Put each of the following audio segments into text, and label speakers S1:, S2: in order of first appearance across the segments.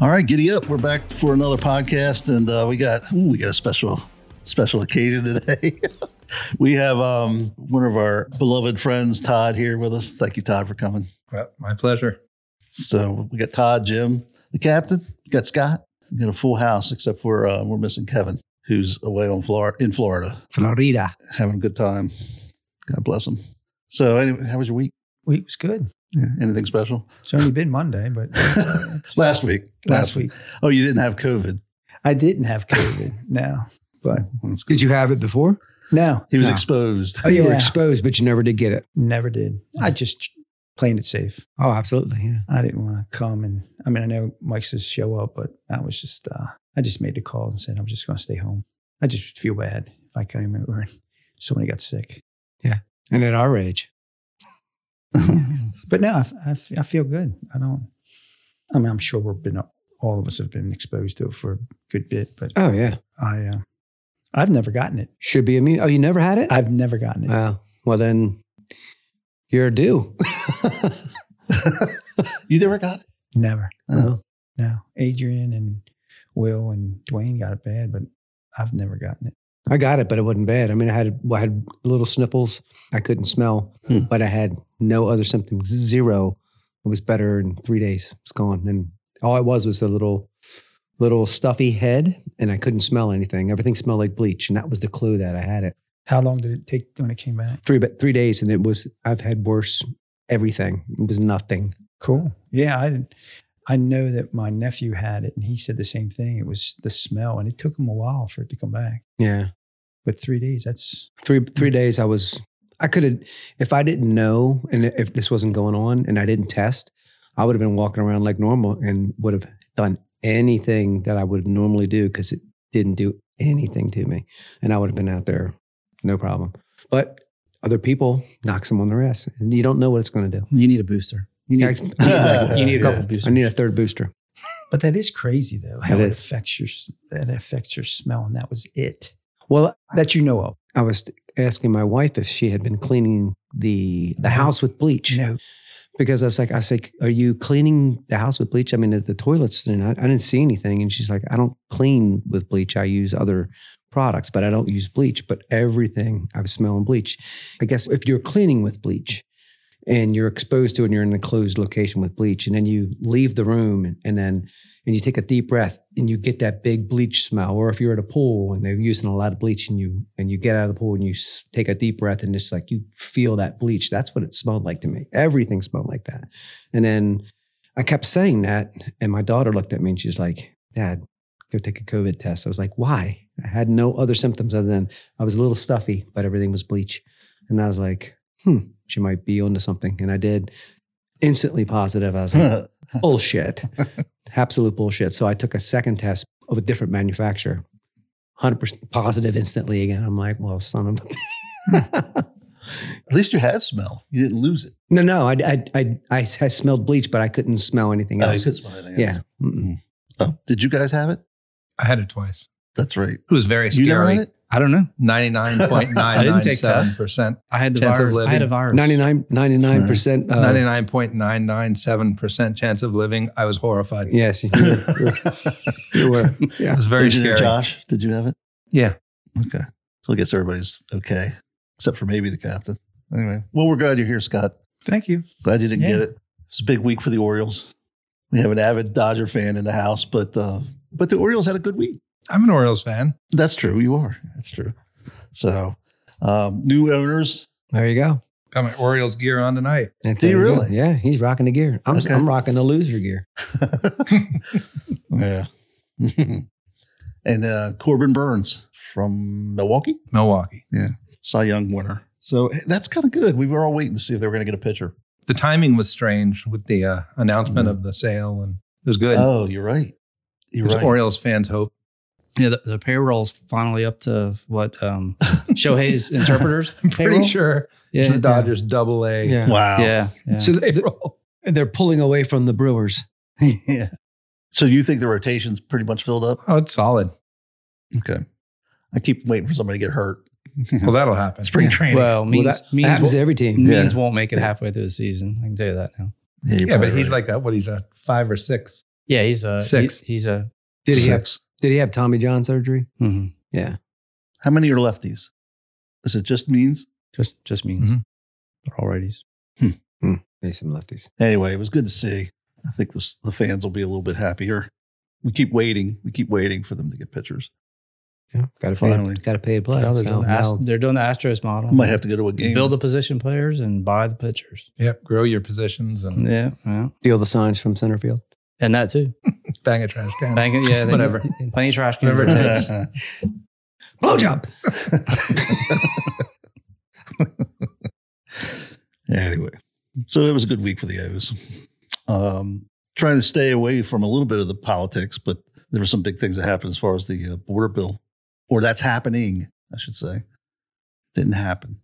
S1: All right, giddy up. We're back for another podcast, and uh, we got ooh, we got a special special occasion today. we have um, one of our beloved friends, Todd, here with us. Thank you, Todd, for coming.
S2: Well, my pleasure.
S1: So we got Todd, Jim, the captain. We got Scott. We got a full house, except for uh, we're missing Kevin, who's away on Florida in Florida,
S3: Florida.
S1: having a good time. God bless him. So, anyway, how was your week?
S3: Week was good.
S1: Yeah, anything special?
S3: It's only been Monday, but
S1: last week.
S3: last week
S1: Oh, you didn't have COVID.
S3: I didn't have COVID. No, but
S1: That's good.
S4: Did you have it before?
S3: no,
S1: He was
S4: No.
S1: exposed.
S4: Oh, you were
S3: Yeah.
S4: exposed, but you never did get it.
S3: never did. I just playing it safe.
S4: Oh, absolutely. Yeah.
S3: I didn't want to come, and I mean, I know Mike says show up, but I was just, uh, I just made the call and said I'm just going to stay home. I just feel bad if I came over and somebody got sick.
S4: And at our age,
S3: But now I, f- I f- I feel good. I don't. I mean, I'm sure we've been all of us have been exposed to it for a good bit, but
S4: oh yeah,
S3: I, uh, I've never gotten it.
S4: should be immune. Oh, you never had it?
S3: I've never gotten it.
S4: Wow. well, then you're due.
S1: you never got it?
S3: never.
S1: No.
S3: No, Adrian and Will and Dwayne got it bad, but I've never gotten it.
S4: I got it, but it wasn't bad. I mean, I had I had little sniffles. I couldn't smell,
S1: Hmm.
S4: but I had no other symptoms. Zero. It was better in three days. It's gone, and all I was was a little, little stuffy head, and I couldn't smell anything. Everything smelled like bleach, and that was the clue that I had it.
S3: How long did it take when it came back?
S4: Three but three days, and it was I've had worse. Everything it was nothing.
S3: Cool. Yeah, I didn't. I know that my nephew had it, and he said the same thing. It was the smell, and it took him a while for it to come back.
S4: Yeah.
S3: But three days—that's
S4: three
S5: Mm.
S4: three days i was i could have if i didn't know and if this wasn't going on and i didn't test i would have been walking around like normal and would have done anything that i would normally do because it didn't do anything to me and i would have been out there no problem but other people knocks them on their ass and you don't know what it's going to do
S5: You need a booster. You
S4: I,
S5: need, you need, like, you need a couple
S1: Yeah.
S5: boosters.
S4: I need a third booster
S3: but that is crazy though. How
S4: It
S3: it,
S4: is.
S3: affects your s- that affects your smell, and that was it
S4: well
S3: that you know of.
S4: i was asking my wife if she had been cleaning the the house with bleach
S3: No,
S4: because I was like, I was like, are you cleaning the house with bleach? I mean, the, the toilets, and I, I didn't see anything. And she's like, I don't clean with bleach. I use other products, but I don't use bleach. But everything I was smelling bleach. I guess if you're cleaning with bleach and you're exposed to it and you're in a closed location with bleach, and then you leave the room and, and then and you take a deep breath and you get that big bleach smell. Or if you're at a pool and they're using a lot of bleach and you and you get out of the pool and you s- take a deep breath and it's like you feel that bleach. That's what it smelled like to me. Everything smelled like that. And then I kept saying that, and my daughter looked at me and she's like, "Dad, go take a COVID test." I was like, "Why?" I had no other symptoms other than I was a little stuffy, but everything was bleach. And I was like, "Hmm, she might be onto something." And I did. Instantly positive. I was like, bullshit. Absolute bullshit. So I took a second test of a different manufacturer. 100% positive instantly again. I'm like, well, son of a.
S1: At least you had smell. You didn't lose it.
S4: no, no, I, I, I, I had smelled bleach, but I couldn't smell anything
S1: Oh, you
S4: else.
S1: could smell anything
S4: yeah.
S1: else.
S4: Mm-mm.
S1: Oh, did you guys have it?
S2: I had it twice.
S1: That's right.
S2: It was very
S1: You never had
S2: scary.
S1: it?
S5: I don't know.
S2: Ninety nine point
S5: I didn't take
S2: nine percent.
S5: I had the
S2: Chance of
S5: virus. I had a
S2: living.
S5: virus.
S4: 99, 99%. Uh,
S2: Ninety nine point nine nine seven percent chance of living. I was horrified.
S4: Yes. You were. You were.
S2: It
S4: Yeah.
S2: was very
S1: Engineer
S2: scary.
S1: Josh, did you have it?
S2: Yeah.
S1: Okay. So I guess everybody's okay, except for maybe the captain. Anyway, well, we're glad you're here, Scott.
S3: thank you.
S1: Glad you didn't
S3: Yeah.
S1: get it. It's a big week for the Orioles. We have an avid Dodger fan in the house, but uh, but the Orioles had a good week.
S2: I'm an Orioles fan.
S1: That's true. You are. That's true. So um, new owners.
S4: There you go.
S2: Got my Orioles gear on tonight.
S4: That's
S1: Do you
S4: there go.
S1: really?
S4: Yeah. He's rocking the gear. I'm,
S1: Okay.
S4: I'm rocking the loser gear.
S1: yeah. and uh, Corbin Burns from Milwaukee.
S2: Milwaukee.
S1: Cy Young winner. So hey, that's kind of good. We were all waiting to see if they were going to get a pitcher.
S2: The timing was strange with the uh, announcement
S1: Yeah.
S2: of the sale, and it was good.
S1: Mm-hmm. Oh, you're right. You're
S2: It was
S1: right.
S2: Orioles fans hope.
S5: Yeah, the, the payroll's finally up to what um Shohei's interpreters.
S2: I'm pretty
S5: payroll?
S2: sure
S5: Yeah,
S2: it's the Dodgers double A.
S4: Yeah.
S1: Wow.
S5: Yeah. yeah, yeah.
S4: So th- they're pulling away from the Brewers.
S5: yeah.
S1: So you think the rotation's pretty much filled up?
S2: Oh, it's solid.
S1: Okay. I keep waiting for somebody to get hurt.
S2: Well, that'll happen.
S1: Spring training.
S5: Well, means
S4: well, that
S5: means,
S4: happens
S5: won't,
S4: to every team.
S1: Yeah.
S5: means won't make it halfway through the season. I can tell you that now.
S1: you're
S2: Yeah, but
S1: probably
S2: he's
S1: right.
S2: like a, what? He's a five or six.
S5: Yeah, he's a
S2: Six.
S5: he- he's a.
S4: Did he have
S1: Six.
S4: Did he have Tommy John surgery?
S5: mhm.
S4: Yeah.
S1: How many are lefties? Is it just means?
S5: Just just means
S3: Mm-hmm.
S2: Mhm.
S5: they're all righties.
S4: Nice some lefties.
S1: Anyway, it was good to see. I think this, the fans will be a little bit happier. We keep waiting. We keep waiting for them to get pitchers.
S4: Yeah. Got to
S1: Finally.
S4: pay. Got to pay to play.
S5: Now they're,
S4: So
S5: doing the Ast-
S4: now-
S5: they're doing the Astros model.
S1: I might have to go to a game.
S5: build the position players and buy the pitchers.
S2: Yep. Grow your positions and
S5: Yeah, yeah,
S4: steal the signs from center field.
S5: and that too.
S2: bang a trash can.
S5: Bank, yeah, they-
S2: Whatever.
S5: Plenty of trash cans.
S2: Whatever it takes.
S4: Blowjob.
S1: anyway, so it was a good week for the O's. Um, trying to stay away from a little bit of the politics, but there were some big things that happened as far as the uh, border bill, or that's happening, I should say. Didn't happen.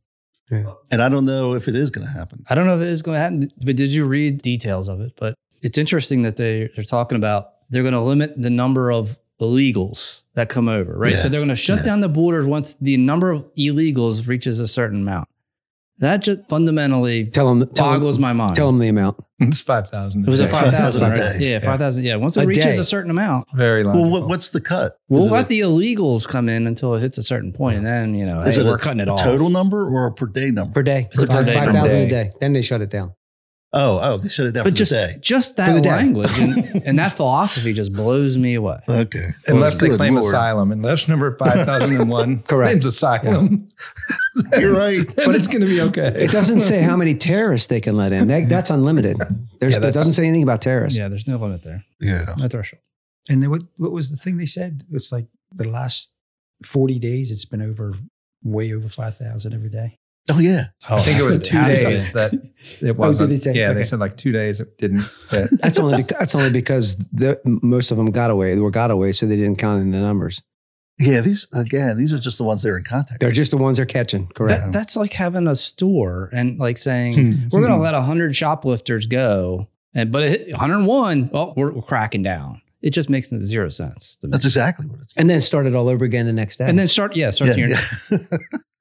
S4: Yeah.
S1: And I don't know if it is going to happen.
S5: I don't know if it is going to happen, but did you read details of it? But it's interesting that they they're talking about they're going to limit the number of illegals that come over, right?
S1: Yeah.
S5: So they're going to shut
S1: Yeah.
S5: down the borders once the number of illegals reaches a certain amount. That just fundamentally
S4: Tell him. Tell
S5: boggles
S4: him,
S5: my mind.
S4: tell him the amount.
S2: It's five thousand.
S5: it was a five
S1: 5,000
S5: thousand,
S1: a
S5: right?
S1: day.
S5: Yeah, five thousand. Yeah, once it
S4: A
S5: reaches
S4: day.
S5: a certain amount,
S2: Very long.
S1: Well, what, what's the cut?
S5: we'll
S1: Is it
S5: let the illegals come in until it hits a certain point, and then you know,
S1: Is
S5: hey,
S1: it a-
S5: we're cutting it
S1: a
S5: off.
S1: total number or a per day number?
S4: per day.
S5: It's a per
S4: Five-
S5: day
S4: Five
S5: number.
S4: thousand a
S2: Day.
S4: day. Then they shut it down.
S1: Oh, oh, they shut it down
S5: but
S1: for
S5: just
S1: the day.
S5: just
S4: the
S5: that
S4: day.
S5: language and, and that philosophy just blows me away.
S1: Okay.
S2: Unless they
S1: Good
S2: claim
S1: Lord.
S2: asylum, unless number five thousand and one
S4: Correct.
S2: claims asylum,
S1: You're right.
S2: but it's going to be okay.
S4: It doesn't say how many terrorists they can let in. That, that's unlimited. There's,
S2: Yeah,
S4: it
S2: that's-
S4: doesn't say anything about terrorists.
S5: Yeah, there's no limit there.
S1: Yeah.
S5: No threshold.
S3: And then what, what was the thing they said? It's like the last 40 days, it's been over way over 5,000 every day.
S1: Oh, yeah.
S5: Oh,
S2: I think it was two
S5: has to be.
S2: days that
S4: Oh,
S2: it
S3: did
S2: wasn't.
S3: it take-
S2: yeah, they
S3: okay.
S2: said like two days it didn't fit.
S4: That's only because, that's only because the, most of them got away. They were got away, so they didn't count in the numbers.
S1: Yeah. These, again, these are just the ones they're in contact
S4: They're just the ones they're catching. Correct.
S1: Yeah.
S5: That, that's like having a store and like saying
S1: with.
S5: we're going to let hundred shoplifters go, and but it hit 101, well, we're, we're cracking down. It just makes zero sense to me.
S1: That's exactly what it's.
S4: And then start it all over again the next day.
S5: and then start, yeah, start your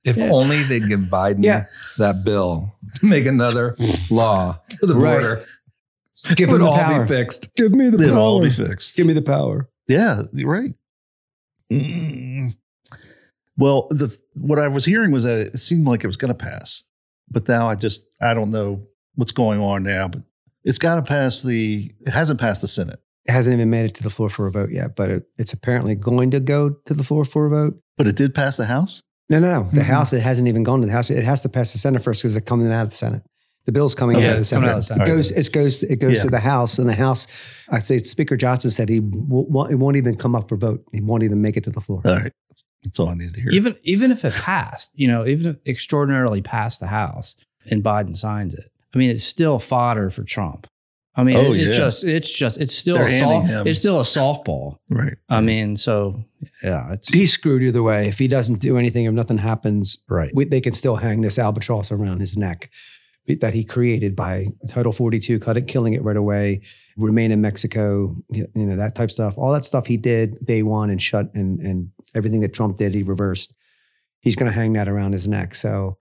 S2: If
S5: Yeah.
S2: only they'd give Biden
S4: Yeah.
S2: that bill to make another law for the
S4: Right.
S2: border.
S4: give them
S2: it would
S4: the
S2: all
S4: power.
S2: be fixed.
S4: Give me the
S1: It'll all
S4: power.
S1: be fixed.
S4: Give me the power.
S1: Yeah, you're right. Mm. Well, the what I was hearing was that it seemed like it was going to pass, but now I just I don't know what's going on now. But it's got to pass the. It hasn't passed the Senate,
S4: It hasn't even made it to the floor for a vote yet, but it, it's apparently going to go to the floor for a vote.
S1: but it did pass the House.
S4: No, no, no. The
S5: Mm-hmm.
S3: Mhm.
S4: House, it hasn't even gone to the House. It has to pass the Senate first because it's coming out of the Senate. The bill's coming
S5: Yeah,
S4: out of the
S5: it's coming
S4: Senate.
S5: out of the Senate.
S4: It goes, it goes, it goes
S1: Yeah.
S4: to the House, and the House, I say Speaker Johnson said he w- won't, it won't even come up for vote. He won't even make it to the
S5: Uh,
S4: floor.
S1: All right, that's all I needed to hear.
S5: even even if it passed, you know, even if extraordinarily passed the House and Biden signs it, I mean, it's still fodder for Trump. I mean,
S1: Oh,
S5: it- it's
S1: yeah.
S5: just it's just it's still
S1: They're
S5: a
S1: handing
S5: soft,
S1: him-
S5: it's still a softball.
S1: right.
S5: I mean, so yeah, it's
S4: He's screwed either way. If he doesn't do anything, if nothing happens,
S5: right.
S4: we, they can still hang this albatross around his neck that he created by Title 42, cut it, killing it right away, remain in Mexico, you know, that type stuff. All that stuff he did day one and shut and and everything that Trump did, he reversed. He's gonna hang that around his neck. So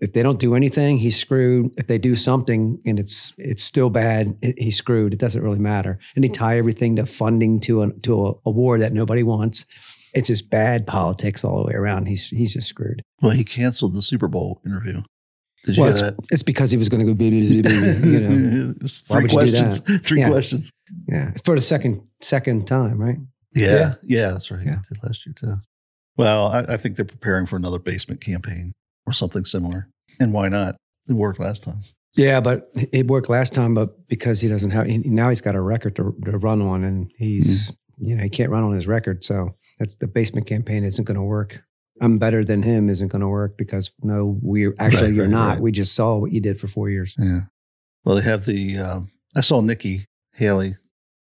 S4: if they don't do anything, he's screwed. If they do something and it's it's still bad, it- he's screwed. It doesn't really matter. And they tie everything to funding to a to a, a war that nobody wants. It's just bad politics all the way around. He's he's just screwed.
S1: Well, he canceled the Super Bowl interview. Did you
S4: Well,
S1: hear that?
S4: It's because he was going to go, you know.
S1: It's
S4: Why
S1: three
S4: would you do
S1: questions. Three
S4: Yeah.
S1: questions.
S4: Yeah, for the second second time, right?
S1: Yeah. yeah,
S2: Yeah.
S1: that's right.
S4: Yeah.
S1: Did last year too. Well, I, I think they're preparing for another basement campaign or something similar. And why not? It worked last time.
S4: Yeah, but it worked last time, but because he doesn't have he- now, he's got a record to, to run on, and he's you know he can't run on his record, so that's the basement campaign isn't going to work. I'm better than him isn't going to work because no, we're actually
S1: Right,
S4: you're
S1: right,
S4: not.
S1: right.
S4: We just saw what you did for four years.
S1: Yeah. Well, they have the. Um, I saw Nikki Haley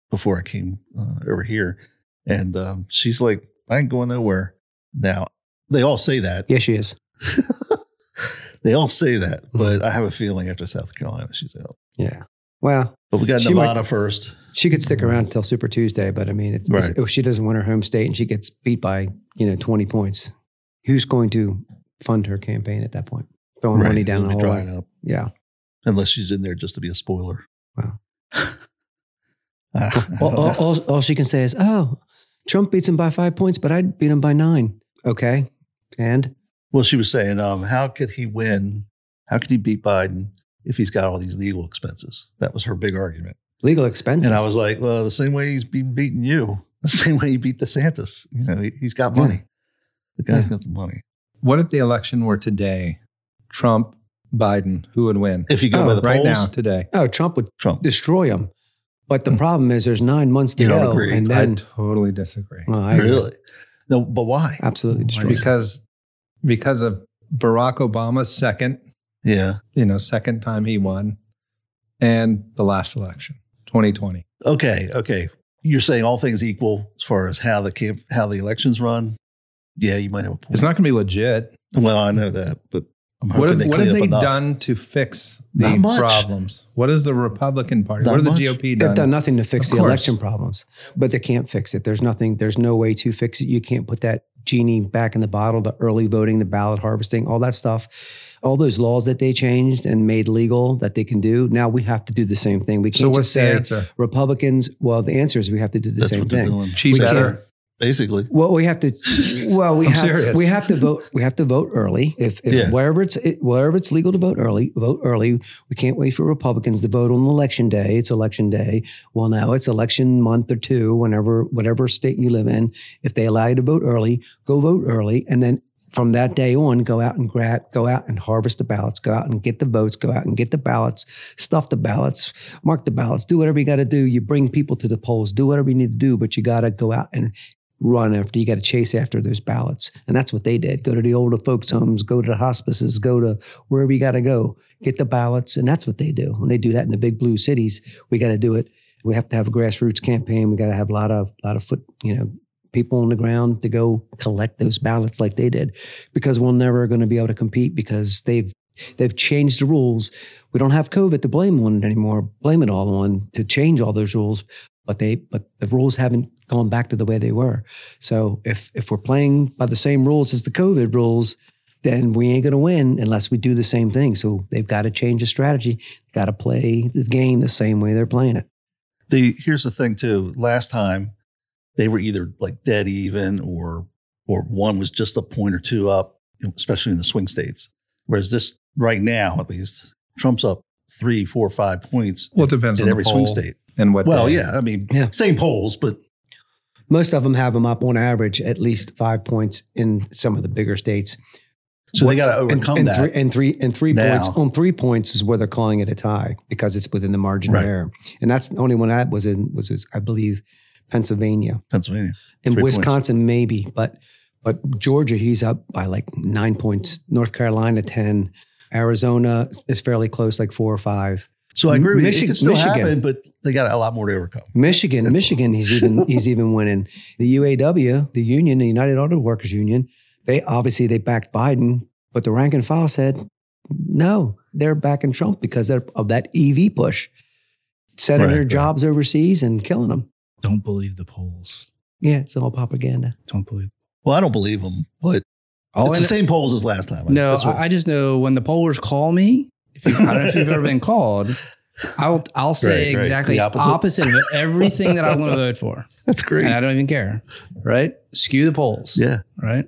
S1: before I came uh, over here, and um, she's like, "I ain't going nowhere." Now they all say that.
S4: Yes, she is.
S1: they all say that,
S4: Mm-hmm.
S1: but I have a feeling after South Carolina, she's out.
S4: Yeah. Well,
S1: But we got
S4: She might-
S1: Nevada first.
S4: she could stick around until Super Tuesday, but I mean, it's, it's-
S1: Right.
S4: if she doesn't win her home state and she gets beat by you know 20 points, who's going to fund her campaign at that point? Throwing money
S1: Right.
S4: down
S1: It'll
S4: the
S1: be
S4: hallway.
S1: drying up,
S4: Yeah.
S1: unless she's in there just to be a spoiler.
S4: Wow.
S1: I don't
S4: All, all,
S2: oh,
S1: know.
S4: all, all she can say is, "Oh, Trump beats him by five points, but I beat him by nine. Okay, and
S1: Well, she was saying, um, how could he win? How could he beat Biden if he's got all these legal expenses? That was her big argument.
S4: legal expenses.
S1: And I was like, well, the same way he's been beating you, the same way he beat DeSantis. You know, he, he's got money. The guy's
S4: Yeah.
S1: got the money.
S2: What if the election were today? Trump, Biden, who would win?
S1: If you go
S4: Oh,
S1: by the
S2: right
S1: polls,
S2: now, today.
S4: oh, Trump would
S1: Trump.
S4: destroy him. But the
S2: Hmm.
S4: problem is, there's nine months to
S1: You don't
S4: go,
S1: agree.
S4: and
S2: I
S4: then
S2: totally disagree.
S4: Well, I agree.
S1: Really? No, but
S2: Uh,
S1: why?
S4: absolutely destroy. him.
S2: Because because of Barack Obama's second,
S1: Yeah.
S2: you know, second time he won and the last election, 2020.
S1: Okay. Okay. You're saying all things equal as far as how the camp, how the elections run. Yeah, you might have a point.
S2: It's not going to be legit.
S1: well, I know that, but I'm hoping
S2: What have,
S1: they
S2: what
S1: clean
S2: have
S1: up
S2: they
S1: enough.
S2: done to fix
S1: Not
S2: the
S1: much.
S2: problems? What is the Republican Party?
S1: Not
S2: what have
S1: much.
S2: the GOP
S4: They've
S2: done?
S4: done nothing to fix
S2: Of
S4: the
S2: course.
S4: election problems, but they can't fix it. There's nothing. There's no way to fix it. You can't put that genie back in the bottle. The early voting, the ballot harvesting, all that stuff, all those laws that they changed and made legal that they can do. Now we have to do the same thing. We can't
S2: So what's
S4: just
S2: the
S4: say
S2: answer?
S4: Republicans. Well, the answer is we have to do the
S1: That's
S4: same
S1: what they're
S4: thing.
S1: doing.
S2: Cheat
S4: We can't-
S2: better.
S1: Basically.
S4: Well, we have to. Well, we
S2: I'm
S4: have
S2: serious.
S4: we have to vote. We have to vote early. If, if
S1: Yeah.
S4: wherever it's it, wherever it's legal to vote early, vote early. We can't wait for Republicans to vote on election day. It's election day. Well, now it's election month or two. Whenever whatever state you live in, if they allow you to vote early, go vote early, and then from that day on, go out and grab, go out and harvest the ballots, go out and get the votes, go out and get the ballots, stuff the ballots, mark the ballots, do whatever you got to do. You bring people to the polls, do whatever you need to do, but you got to go out and run after, you got to chase after those ballots. And that's what they did. Go to the older folks' homes, go to the hospices, go to wherever you got to go, get the ballots. And that's what they do. And they do that in the big blue cities. We got to do it. We have to have a grassroots campaign. We got to have a lot of, lot of foot, you know, people on the ground to go collect those ballots like they did because we're never going to be able to compete because they've they've changed the rules we don't have covid to blame on it anymore blame it all on to change all those rules but they but the rules haven't gone back to the way they were so if if we're playing by the same rules as the covid rules then we ain't going to win unless we do the same thing so they've got to change the strategy got to play the game the same way they're playing it
S1: The here's the thing too. Last time they were either like dead even or or one was just a point or two up, especially in the swing states. Whereas this right now, at least, Trump's up three, four, five points
S2: Well, it depends
S1: in
S2: on
S1: every
S2: the
S1: swing
S2: poll
S1: state.
S2: and what.
S1: Well,
S2: day.
S1: yeah, I mean,
S4: Yeah.
S1: same polls, but
S4: most of them have them up on average at least five points in some of the bigger states
S1: so they got to
S4: and,
S1: overcome
S4: and
S1: that.
S4: three and three and three
S1: now.
S4: points on three points is where they're calling it a tie because it's within the margin
S1: Right.
S4: of error, and that's the only one that was in was, was I believe Pennsylvania
S1: Pennsylvania.
S4: and
S1: Three points.
S4: Wisconsin maybe, but but Georgia he's up by like nine points, North Carolina ten, Arizona is fairly close, like four or five.
S1: So I agree with you. It
S4: Michigan-
S1: can still
S4: Michigan.
S1: happen, but they got a lot more to overcome.
S4: Michigan,
S1: That's-
S4: Michigan, he's even he's even winning. The UAW, the union, the United Auto Workers Union, they obviously they backed Biden, but the rank and file said no, they're backing Trump because they're, of that EV push, sending
S1: Right,
S4: their
S1: right.
S4: jobs overseas and killing them.
S5: Don't believe the polls.
S4: Yeah, it's all propaganda.
S5: Don't believe.
S1: Well, I don't believe them, but
S5: Oh,
S1: it's the same polls as last time.
S5: No,
S1: That's what-
S5: I, I just know when the pollers call me. If you, I don't know if you've ever been called. I'll I'll say
S1: Right, right.
S5: exactly
S1: The opposite.
S5: opposite. of everything that I want to vote for,
S1: that's
S5: and
S1: great.
S5: I don't even care. Right? Skew the polls.
S1: Yeah.
S5: Right.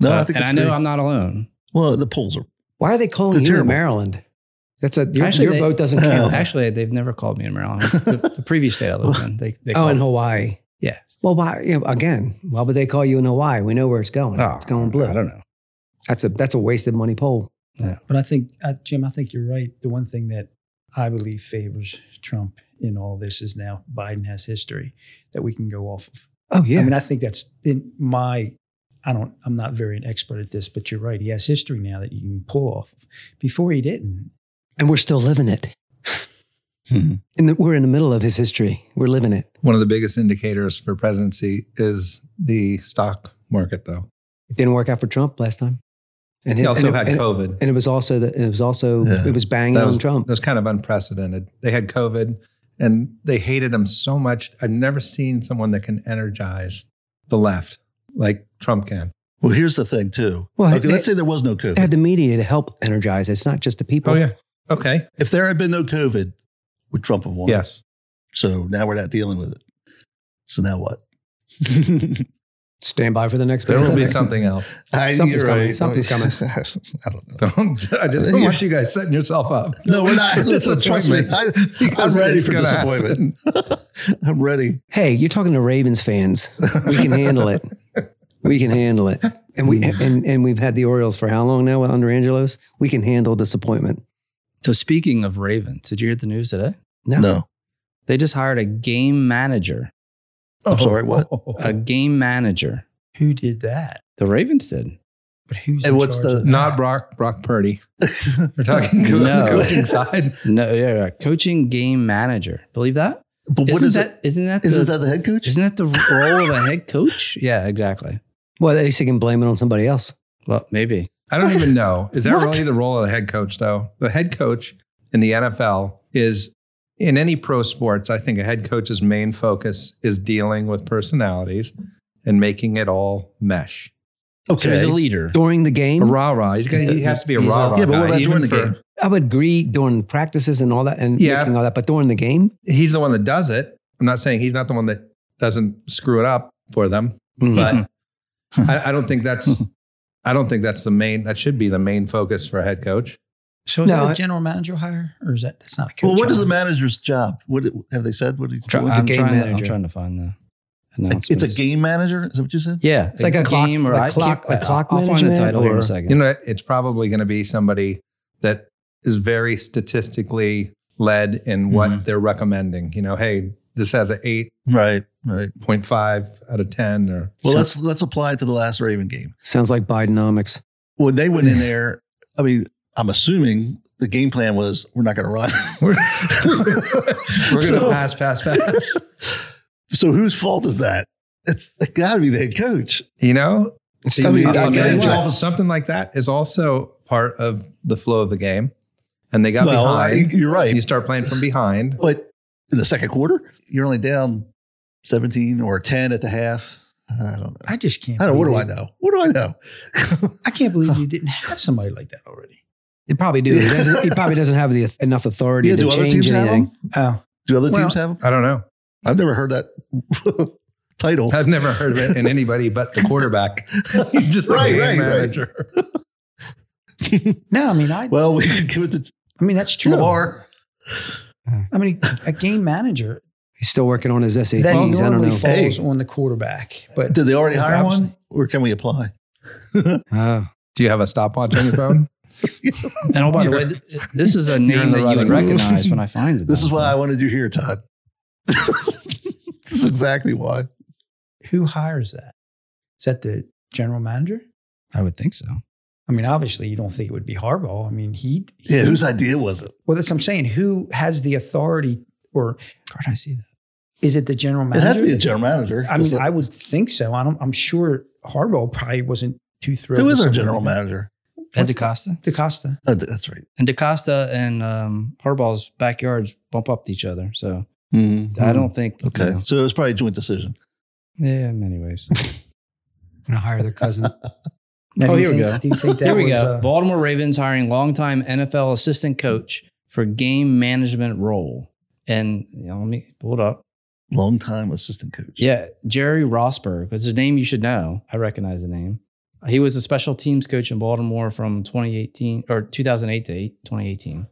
S1: No,
S5: Uh,
S1: I think
S5: and
S1: it's
S5: I know
S1: great.
S5: I'm not alone.
S1: Well, the polls are
S4: Why are they calling
S1: They're
S4: you
S1: terrible.
S4: in Maryland? That's a your,
S5: Actually,
S4: your
S5: they-
S4: vote doesn't
S1: Oh.
S4: count.
S5: Actually, they've never called me in Maryland. It's the, the previous state I lived in, they they
S4: oh,
S5: called
S4: in Hawaii.
S5: Yeah.
S4: Well, why you know, again? Why would they call you in Hawaii? We know where it's going.
S5: Oh,
S4: it's going blue.
S5: I don't know.
S4: That's a that's a wasted money poll.
S3: But I think, uh, Jim, I think you're right. The one thing that I believe favors Trump in all this is now Biden has history that we can go off of.
S4: Oh yeah.
S3: I mean, I think that's in my. I don't. I'm not very an expert at this, but you're right. He has history now that you can pull off of. Before he didn't.
S4: and we're still living it.
S1: Hmm.
S4: In the, we're in the middle of his history. We're living it.
S2: One of the biggest indicators for presidency is the stock market, though.
S4: It didn't work out for Trump last time, and
S2: He
S4: his-
S2: also
S4: and it-
S2: had
S4: and it-
S2: COVID.
S4: And it was also the, it was also
S1: Yeah.
S4: it was banging
S2: That
S4: on
S2: was-
S4: Trump.
S2: That was kind of unprecedented. They had COVID and they hated him so much. I've never seen someone that can energize the left like Trump can.
S1: Well, here's the thing too.
S4: Well,
S1: okay,
S4: they-
S1: let's say there was no COVID.
S4: They had the media to help Oh,
S2: Oh,
S4: energize. it. It's not just the people.
S2: Okay.
S1: if there had been no COVID, would Trump have won?
S2: Yes.
S1: So now we're not dealing with it. So now what?
S4: Stand by for the next.
S2: There will be
S4: pandemic.
S2: something else.
S1: I-
S4: Something's
S1: you're
S4: coming. Something's coming.
S1: I don't know.
S2: Don't. I just don't want you guys setting yourself up.
S1: No, we're not. Listen, trust me.
S2: Disappointment.
S1: I,
S2: Because
S1: I'm ready
S2: it's
S1: for
S2: gonna
S1: disappointment. I'm ready.
S4: Hey, you're talking to Ravens fans. We can handle it. We can handle it. And we and, and we've had the Orioles for how long now with under Angelos? We can handle disappointment.
S5: So speaking of Ravens, did you hear the news today?
S4: No.
S1: No.
S5: They just hired a game manager. Oh.
S1: I'm sorry, what?
S5: A game manager.
S3: Who did that?
S5: The Ravens did.
S3: But who's
S1: And
S3: in
S1: what's
S3: charge
S1: the-
S3: of that?
S2: Not Brock. Brock Purdy. We're talking co-
S5: No.
S2: the coaching side.
S5: No, yeah, yeah. coaching game manager. Believe that?
S1: But what
S5: Isn't
S1: is
S5: that?
S1: it?
S5: Isn't that?
S1: Isn't
S5: the,
S1: that the head coach?
S5: Isn't that the role of a head coach? Yeah, exactly.
S4: Well, at least they can blame it on somebody else.
S5: Well, maybe.
S2: I don't even know. Is that
S5: What?
S2: really the role of the head coach, though? The head coach in the NFL is in any pro sports, I think a head coach's main focus is dealing with personalities and making it all mesh.
S5: So he's a leader.
S4: During the
S2: A
S4: game,
S2: rah rah. He's gonna, he has to be a
S5: He's a-
S2: rah rah.
S1: Mm-hmm. yeah, but what about during the game?
S4: I would agree during practices and all that and
S2: Yeah.
S4: making all that, but during the game,
S2: He's the one that does it. I'm not saying he's not the one that doesn't screw it up for them,
S5: Hmm.
S2: but
S1: Mm-hmm.
S2: I, I don't think that's. I don't think that's the main. That should be the main focus for a head coach.
S3: So is
S4: No,
S3: that
S4: I-
S3: a general manager hire, or is that that's not a coach?
S1: Well, what is the
S3: hire?
S1: manager's job? What have they said? What he's
S5: Try-
S1: doing?
S5: I'm,
S4: game
S5: trying to, I'm
S4: manager.
S5: trying to find the
S1: Like,
S5: announcement.
S1: it's a game manager. Is that what you said?
S5: Yeah,
S4: It's like a clock- a
S5: I
S4: clock-
S5: can't-
S4: a clock
S5: I'll find the
S4: management
S5: title here in
S4: or-
S5: a second.
S2: You know, what? it's probably going to be somebody that is very statistically led in what
S1: Mm-hmm.
S5: Mhm.
S2: they're recommending. You know, hey, this has an eight
S1: Right. Right.
S2: point five out of ten, or
S1: Well,
S4: So-
S1: let's let's apply it to the last Raven game.
S4: sounds like Bidenomics.
S1: When they went in there, I mean, I'm assuming the game plan was we're not going to run.
S2: we're, we're going to
S1: So-
S2: pass, pass, pass.
S1: so whose fault is that? It's, it's got to be the head coach.
S2: You know,
S1: I mean,
S2: Uh,
S1: I
S2: okay,
S1: get it.
S2: well, something like that is also part of the flow of the game. And they got
S1: Well,
S2: behind.
S1: you're right.
S2: You start playing from behind.
S1: But in the second quarter, you're only down 17 or 10 at the half. I don't know.
S3: I just can't.
S1: I don't know. What do I
S3: believe-
S1: know? What do I know?
S3: I can't believe you didn't have somebody like that already.
S4: They probably do. He, doesn't, he probably doesn't have the enough authority
S1: Yeah,
S4: to
S1: do other
S4: change
S1: teams have
S4: anything.
S1: them?
S3: Oh,
S1: Do other
S3: Well-
S1: teams have them?
S2: I don't know.
S1: I've never heard that title.
S2: I've never heard of it in anybody but the quarterback. He's just
S1: Right,
S2: a game
S1: right, right.
S2: manager.
S3: no, I mean, I,
S1: Well, we could give it to
S3: I mean, that's true.
S1: Lamar.
S3: I mean, a game manager
S4: He's still working on his SATs.
S3: that
S4: I don't
S3: normally
S4: know.
S3: falls
S1: Hey.
S3: on the quarterback, but
S1: Did they already hire
S3: Perhaps.
S1: one, or can we apply?
S4: Oh.
S2: Do you have a stopwatch on your phone?
S5: and oh, by the way,
S2: You're-
S5: th- this is a
S2: you're in
S5: name that
S2: the
S5: you would
S1: running.
S5: recognize when I find it.
S1: This is
S5: though.
S1: why I wanted you here, Todd. this is exactly why.
S3: who hires that? Is that the general manager?
S5: I would think so.
S3: I mean, obviously, you don't think it would be Harbaugh. I mean, he.
S1: Yeah, whose idea was it?
S3: Well, that's what I'm saying. Who has the authority, or
S5: Where did I see that?
S3: is it the general
S1: It
S3: manager?
S1: has to be a general manager. uh,
S3: I mean, I would think so. I don't, I'm sure Harbaugh probably wasn't too thrilled.
S1: who
S3: with
S1: is our
S3: something
S1: general
S3: like that.
S1: manager?
S5: Ed DaCosta
S3: DaCosta.
S1: Oh, that's right.
S5: and DaCosta and um, Harbaugh's backyards bump up to each other, so
S1: Mhm.
S5: I don't think. you
S1: Okay,
S5: know.
S1: so it was probably a joint decision.
S5: yeah, in many ways.
S4: I'm gonna hire their cousin.
S3: Now,
S5: Oh,
S3: do
S5: here we
S3: you think-
S5: go.
S3: Do you think that
S5: Here we
S3: was,
S5: go.
S3: uh,
S5: Baltimore Ravens hiring longtime NFL assistant coach for game management role. And you know, let me pull it up.
S1: Long time assistant coach.
S5: Yeah, Jerry Rosberg. It's a name you should know. I recognize the name. He was a special teams coach in Baltimore from 2018 or 2008 to 8, 2018.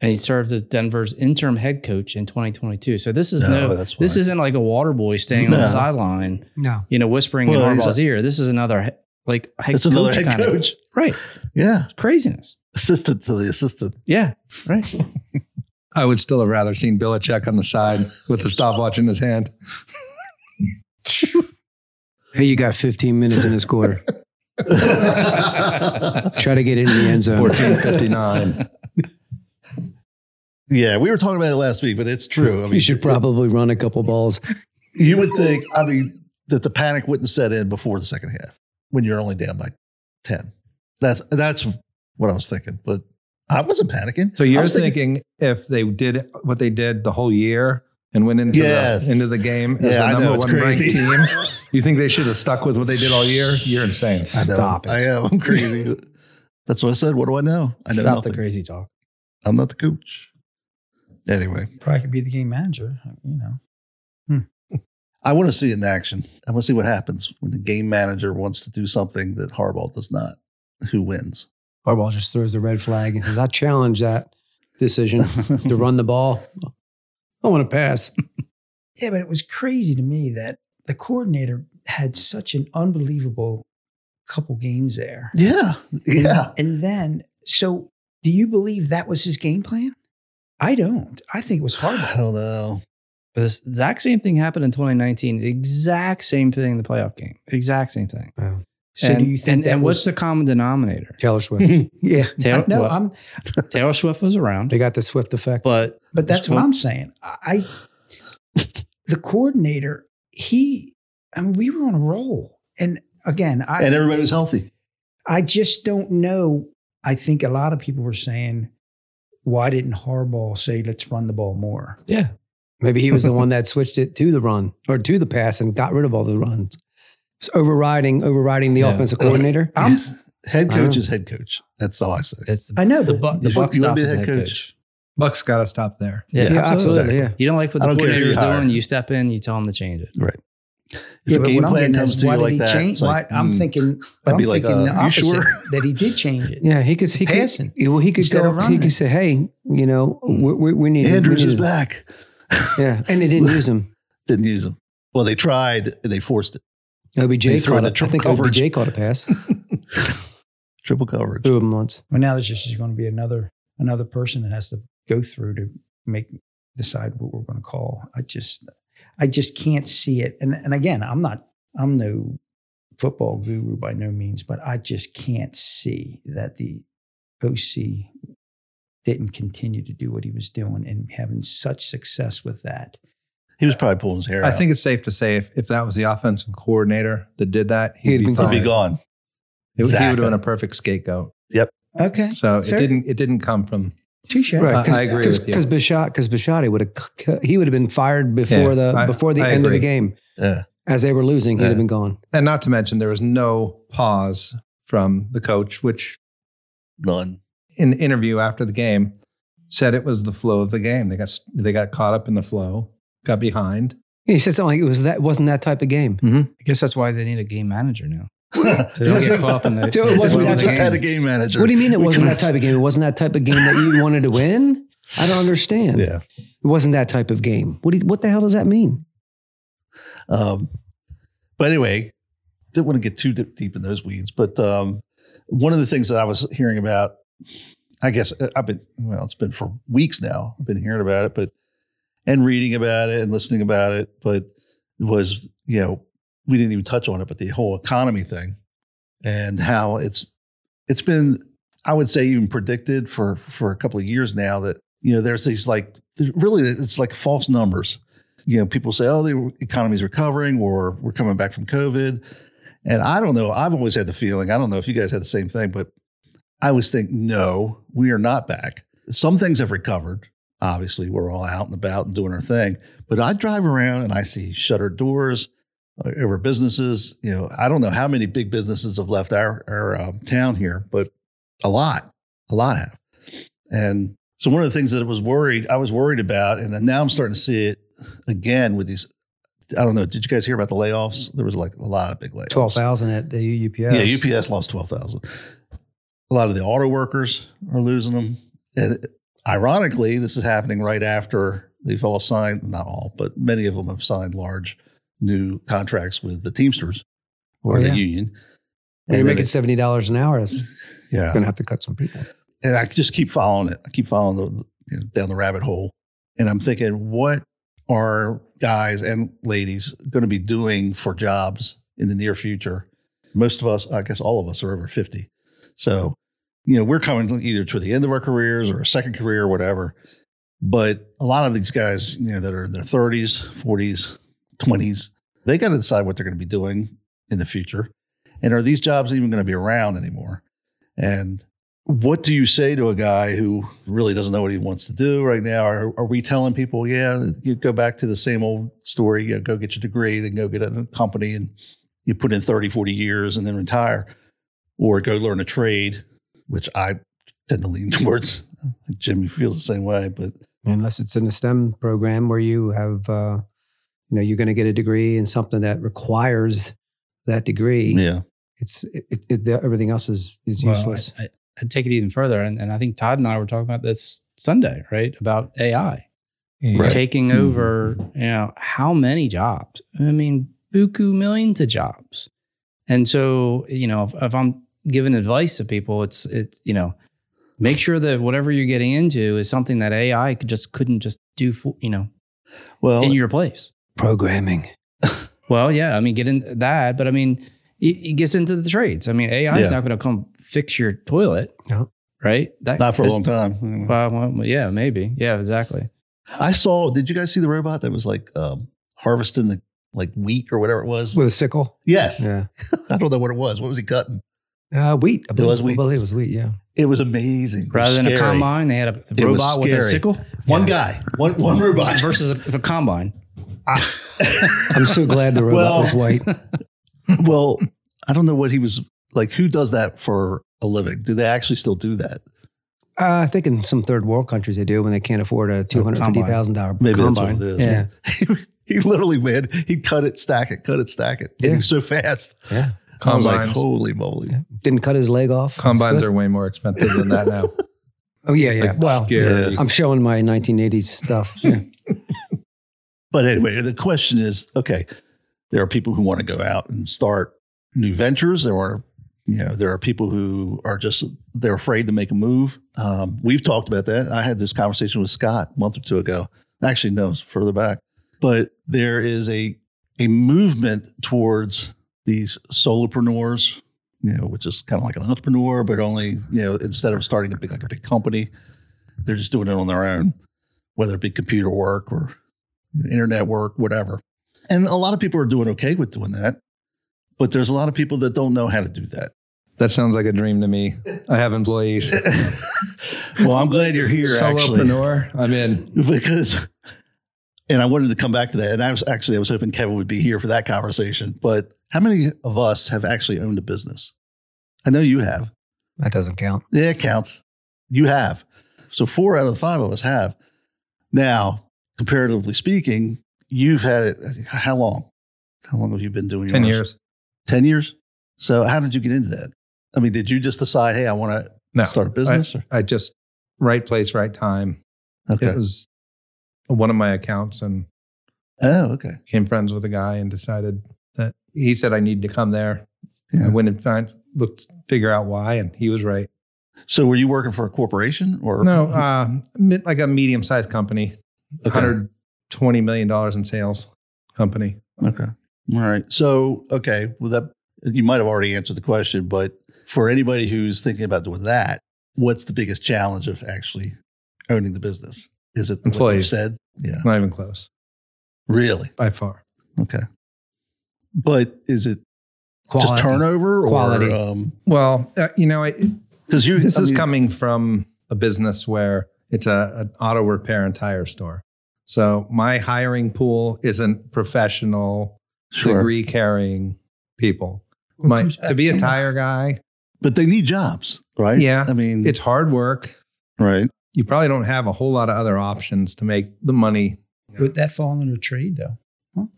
S5: And he served as Denver's interim head coach in 2022. So this is no,
S1: that's why.
S5: this isn't like a water boy staying on
S1: No.
S5: the sideline,
S4: No.
S5: you know, whispering
S1: Well,
S5: in
S1: he's
S5: Harbaugh's ear. This is another he- like head
S1: it's another head
S5: kind of-
S1: coach.
S5: right.
S1: Yeah,
S5: It's craziness.
S1: assistant to the assistant.
S5: Yeah. Right.
S2: I would still have rather seen Billichek on the side with the stopwatch in his hand.
S4: Hey, you got 15 minutes in this quarter. Try to get into the end zone.
S2: 1459.
S1: yeah, we were talking about it last week, but it's true. I mean,
S4: You should probably run a couple balls.
S1: You would think, I mean, that the panic wouldn't set in before the second half when you're only down by ten. That's that's what I was thinking, but I wasn't panicking.
S2: So
S1: I
S2: you're
S1: was
S2: thinking if they did what they did the whole year and went into
S1: Yes.
S2: the into the game as
S1: Yeah, I
S2: the
S1: know, it's
S2: number one ranked
S1: crazy.
S2: team, you think they should have stuck with what they did all year? You're insane.
S1: I know,
S4: Stop it.
S1: I am. I'm crazy. That's what I said. What do I know? I know
S5: Stop
S1: nothing.
S5: the crazy talk.
S1: I'm not the coach. Anyway,
S3: Probably could be the game manager. You know,
S1: I want to see it in action. I want to see what happens when the game manager wants to do something that Harbaugh does not. Who wins?
S4: Harbaugh just throws a red flag and says, I challenge that decision to run the ball. I want to pass.
S3: yeah, but it was crazy to me that the coordinator had such an unbelievable couple games there.
S1: yeah, yeah.
S3: And then, so do you believe that was his game plan? I don't. I think it was
S1: I
S3: Harbaugh.
S1: don't know.
S5: But this exact same thing happened in 2019. The exact same thing in the playoff game. Exact same thing.
S4: Wow.
S3: So
S5: and,
S3: do you think
S5: and,
S3: that
S5: and what's
S3: was-
S5: the common denominator?
S4: Taylor Swift.
S3: Yeah.
S5: Taylor-
S3: no,
S5: well-
S3: I'm.
S5: Taylor Swift was around,
S4: They got the Swift effect.
S5: but
S3: But that's what
S5: Well-
S3: I'm saying. I, I- the coordinator, he, I mean, we were on a roll, and again, I,
S5: uh,
S1: And everybody was healthy.
S3: I just don't know. I think a lot of people were saying, why didn't Harbaugh say let's run the ball more?
S5: yeah,
S4: Maybe he was the one that switched it to the run or to the pass and got rid of all the runs. It's overriding, overriding the
S5: Yeah.
S4: offensive coordinator.
S3: I'm,
S1: Head
S4: I don't
S1: coach
S4: know.
S1: is head coach. That's all I say.
S5: it's
S3: I know,
S5: the
S3: but
S5: buck. The
S1: You
S5: buck
S1: want- you want
S5: stops
S1: to be the
S5: at head
S1: head
S5: coach.
S1: coach.
S2: Buck's got to stop there.
S4: Yeah,
S5: Yeah, absolutely.
S4: absolutely.
S1: Exactly.
S4: Yeah.
S5: You don't like what the
S1: I don't care who
S5: coordinator's
S1: you hire.
S5: doing. You step in. You tell him to change it.
S1: If
S3: yeah,
S1: a
S3: but
S1: game
S3: what I'm
S1: plan
S3: getting at
S1: comes
S3: is
S1: to
S3: why
S1: you
S3: did
S1: like
S3: he
S1: that,
S3: change?
S1: it's like,
S3: why, I'm
S1: mm,
S3: thinking, but
S1: I'd
S3: I'm
S1: be like,
S3: thinking the
S1: uh, you
S3: opposite
S1: sure?
S3: that he did change it.
S4: Yeah, he could. He
S3: Passing.
S4: Could, well, he could
S3: Instead
S4: go.
S3: of
S4: up- He
S3: running.
S4: could say, "Hey, you know, we, we, we need
S1: Andrews
S4: we
S1: is
S4: need to-"
S1: back.
S4: Yeah, and they didn't use him.
S1: Didn't use him. Well, they tried. and They forced it. They
S4: OBJ
S1: threw
S4: caught.
S1: the
S4: A, I
S1: triple
S4: think
S1: coverage.
S4: OBJ caught a pass.
S1: Triple coverage.
S4: Threw him once.
S3: Well, now there's just going to be another another person that has to go through to make decide what we're going to call. I just I just can't see it. And and again, I'm not I'm no football guru by no means, but I just can't see that the OC didn't continue to do what he was doing and having such success with that.
S1: He was probably pulling his hair
S2: I
S1: out.
S2: think it's safe to say if, if that was the offensive coordinator that did that, he'd,
S4: He'd
S2: be,
S4: been
S1: he'd
S2: fired.
S1: be gone.
S2: He would- He would
S1: Exactly.
S2: have been a perfect scapegoat.
S3: Okay.
S2: So
S3: Fair.
S2: it didn't. It didn't come from.
S3: Touche.
S2: I-
S4: Right,
S2: I agree with you.
S4: Because Bishotti, because Bishotti would have, he would have been fired before
S2: Yeah,
S4: the
S2: I-
S4: before the
S2: I
S4: end of the
S2: agree.
S4: game
S1: Yeah.
S4: as they were losing. He'd
S1: Yeah.
S4: have been gone.
S2: And not to mention, there was no pause from the coach, which
S1: None.
S2: in the interview after the game said it was the flow of the game. They got they got caught up in the flow, got behind.
S4: Yeah, He said something like it was that wasn't that type of game.
S5: I guess that's why they need a game manager now. So they don't get caught up
S1: Dude,
S5: in the.
S4: So it wasn't
S1: we
S4: that
S5: the
S1: just
S5: game.
S1: had a game manager.
S4: What do you mean it
S1: We
S4: wasn't
S1: could've-
S4: that type of game? It wasn't that type of game that you wanted to win. I don't understand.
S1: Yeah.
S4: It wasn't that type of game. What do you, what the hell does that mean?
S1: Um, but anyway, didn't want to get too d- deep in those weeds. But um, one of the things that I was hearing about, I guess uh, I've been, well, it's been for weeks now. I've been hearing about it, but, and reading about it and listening about it. But it was, you know, we didn't even touch on it, but the whole economy thing and how it's, it's been, I would say, even predicted for for a couple of years now that you know there's these like really it's like false numbers you know, people say, oh, the economy's recovering or we're coming back from COVID. And I don't know. I've always had the feeling, I don't know if you guys had the same thing, but I always think, no, we are not back. Some things have recovered. Obviously, we're all out and about and doing our thing. But I drive around and I see shuttered doors uh, over businesses. You know, I don't know how many big businesses have left our, our um, town here, but a lot, a lot have. And so one of the things that was worried, I was worried about, and now I'm starting to see it again with these. I don't know. Did you guys hear about the layoffs? There was like a lot of big layoffs.
S4: Twelve thousand at the UPS.
S1: Yeah, UPS lost twelve thousand. A lot of the auto workers are losing them. And ironically, this is happening right after they've all signed, not all, but many of them have signed large new contracts with the Teamsters or
S4: Oh, yeah.
S1: the union.
S4: When
S1: And
S4: you're
S1: then
S4: making seventy dollars an hour, it's
S1: it- yeah,
S4: gonna have to cut some people.
S1: and I just keep following it. I keep following the you know, down the rabbit hole, and I'm thinking, what are guys and ladies going to be doing for jobs in the near future? Most of us, I guess, all of us are over fifty, so you know we're coming either to the end of our careers or a second career or whatever. But a lot of these guys, you know, that are in their 30s, 40s, 20s, they got to decide what they're going to be doing in the future, and are these jobs even going to be around anymore? And what do you say to a guy who really doesn't know what he wants to do right now? Are, are we telling people, yeah, you go back to the same old story, you know, go get your degree, then go get a company and you put in 30, 40 years and then retire, or go learn a trade, which I tend to lean towards. Jimmy feels the same way, but
S4: unless it's in a STEM program where you have, uh, you know, you're going to get a degree in something that requires that degree.
S1: Yeah.
S4: It's it, it, it, the, everything else is is
S5: Well,
S4: useless.
S5: I, I, I'd take it even further, and, and I think Todd and I were talking about this Sunday, right? About AI
S1: Right.
S5: taking
S1: Mm-hmm.
S5: over. You know how many jobs? I mean, buku millions of jobs. And so, you know, if, if I'm giving advice to people, it's it's you know, make sure that whatever you're getting into is something that AI could just couldn't just do for you know
S1: Well,
S5: in your place.
S4: Programming.
S5: Well, yeah, I mean, get into that, but I mean, it, it gets into the trades. I mean, AI
S1: Yeah.
S5: is not going to come fix your toilet,
S4: No.
S5: right? That,
S1: not for a
S5: that's-
S1: long time.
S5: Well, well, yeah, maybe. Yeah, exactly.
S1: I saw. Did you guys see the robot that was like um, harvesting the like wheat or whatever it was?
S4: With a sickle.
S1: yes.
S4: Yeah.
S1: I don't know what it was. What was he cutting?
S4: Uh, wheat. I believe,
S1: was wheat.
S4: I believe it was wheat. Yeah.
S1: It was amazing. It was
S5: Rather than a
S1: scary.
S5: combine, they had a
S1: It was
S5: robot with a
S1: scary.
S5: sickle
S1: one guy, one one robot.
S5: versus a, a combine.
S4: I'm so glad the robot
S1: Well-
S4: was white.
S1: well, I don't know what he was like. Who does that for a living? Do they actually still do that?
S4: Uh, I think in some third world countries they do when they can't afford a two hundred fifty thousand dollar
S1: Maybe
S4: combine.
S1: that's what it is.
S4: Yeah.
S1: he literally, man, he'd cut it, stack it, cut it, stack it.
S4: Yeah.
S1: It was so fast.
S4: Yeah.
S1: I was like,
S2: Combines.
S1: holy moly.
S4: Yeah. Didn't cut his leg off. That's
S2: Combines
S4: good.
S2: are way more expensive than that now.
S4: Oh yeah, yeah.
S2: Like,
S4: well,
S2: scary.
S4: I'm showing my 1980s stuff. Yeah.
S1: But anyway, the question is, okay, there are people who want to go out and start new ventures. There are, you know, there are people who are just they're afraid to make a move. Um, we've talked about that. I had this conversation with Scott a month or two ago. Actually, no, it's further back. But there is a a movement towards these solopreneurs, you know, which is kind of like an entrepreneur, but only you know, instead of starting a big like a big company, they're just doing it on their own, whether it be computer work or internet work, whatever. And a lot of people are doing okay with doing that, but there's a lot of people that don't know how to do that.
S2: That sounds like a dream to me. I have employees.
S1: well, I'm glad you're here, actually,
S2: Solopreneur. I'm in.
S1: because. And I wanted to come back to that. And I was actually I was hoping Kevin would be here for that conversation. But how many of us have actually owned a business? I know you have.
S4: That doesn't count.
S1: Yeah, it counts. You have. So four out of the five of us have. Now, comparatively speaking, you've had it how long? How long have you been doing
S2: 10
S1: yours?
S2: years.
S1: 10 years. So how did you get into that? I mean, did you just decide, hey, I want to
S2: No.
S1: start a business? or-
S2: I just, right place, right time.
S1: okay.
S2: It was one of my accounts and
S1: oh, okay.
S2: became friends with a guy and decided that he said I need to come there.
S1: Yeah.
S2: I went and find, looked, figure out why, and he was right.
S1: So were you working for a corporation or
S2: No, uh, mid, like a medium sized company,
S1: Okay.
S2: $120 million in sales company.
S1: Okay. All right. So okay, well that you might have already answered the question, but for anybody who's thinking about doing that, what's the biggest challenge of actually owning the business? Is it what you
S2: Employees.
S1: said? Yeah.
S2: Not even close
S1: Really?
S2: by far.
S1: Okay. But is it just turnover or
S4: Quality.
S1: um
S2: Well, uh, you know, I,
S1: because you
S2: This
S1: I
S2: is
S1: mean,
S2: coming from a business where it's a, an auto repair and tire store. So my hiring pool isn't professional,
S1: sure.
S2: degree carrying people. My, to be a tire guy,
S1: but they need jobs, right?
S2: Yeah.
S1: I mean,
S2: it's hard work.
S1: right.
S2: You probably don't have a whole lot of other options to make the money.
S3: Would that fall under trade though?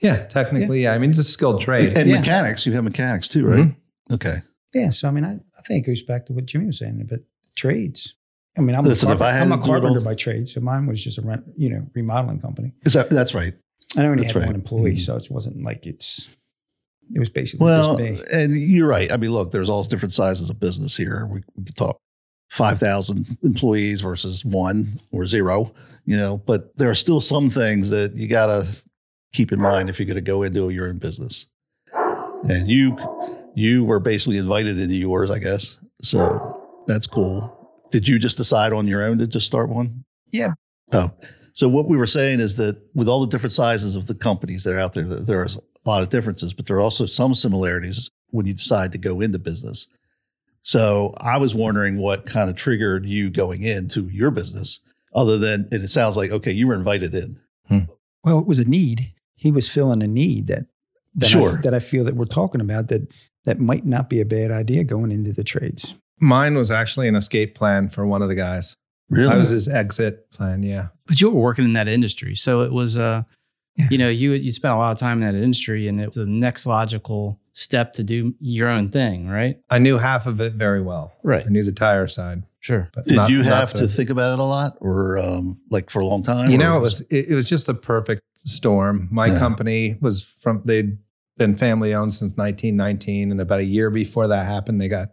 S2: Yeah, technically, yeah. I mean, it's a skilled trade.
S1: And
S3: Yeah.
S1: mechanics, you have mechanics too, right?
S2: Mhm.
S1: Okay.
S3: Yeah. So I mean, I, I think it goes back to what Jimmy was saying, but trades. I mean, I'm
S1: Listen,
S3: a
S1: if
S3: carpenter,
S1: I had to
S3: I'm a
S1: do it all-
S3: carpenter by trade, so mine was just a rent, you know, remodeling company.
S1: Is that that's right?
S3: I only
S1: That's
S3: had
S1: right.
S3: one employee,
S1: Mhm.
S3: so it wasn't like it's. It was basically
S1: Well, uh,
S3: just me.
S1: and you're right. I mean, look, there's all different sizes of business here. We, we could talk five thousand employees versus one or zero, you know. But there are still some things that you gotta keep in mind if you're going to go into your own business. And you, you were basically invited into yours, I guess. So that's cool. Did you just decide on your own to just start one?
S3: Yeah.
S1: Oh, so what we were saying is that with all the different sizes of the companies that are out there, th- there is a lot of differences, but there are also some similarities when you decide to go into business. So I was wondering what kind of triggered you going into your business, other than and it sounds like okay, you were invited in.
S3: Well, it was a need. He was filling a need that that,
S1: Sure.
S3: I, that I feel that we're talking about that that might not be a bad idea going into the trades.
S2: Mine was actually an escape plan for one of the guys.
S1: Really?
S2: I was his exit plan. Yeah.
S5: but you were working in that industry, so it was uh,
S4: Yeah.
S5: you know, you you spent a lot of time in that industry, and it was the next logical step to do your own thing, right?
S2: I knew half of it very well.
S5: Right.
S2: I knew the tire side.
S5: Sure.
S2: But
S1: Did
S2: not-
S1: you
S2: not
S1: have to
S2: the-
S1: think about it a lot, or um, like for a long time?
S2: You
S1: or
S2: know, it was it, it was just the perfect storm. My
S1: Yeah.
S2: company was from they'd been family owned since 1919, and about a year before that happened, they got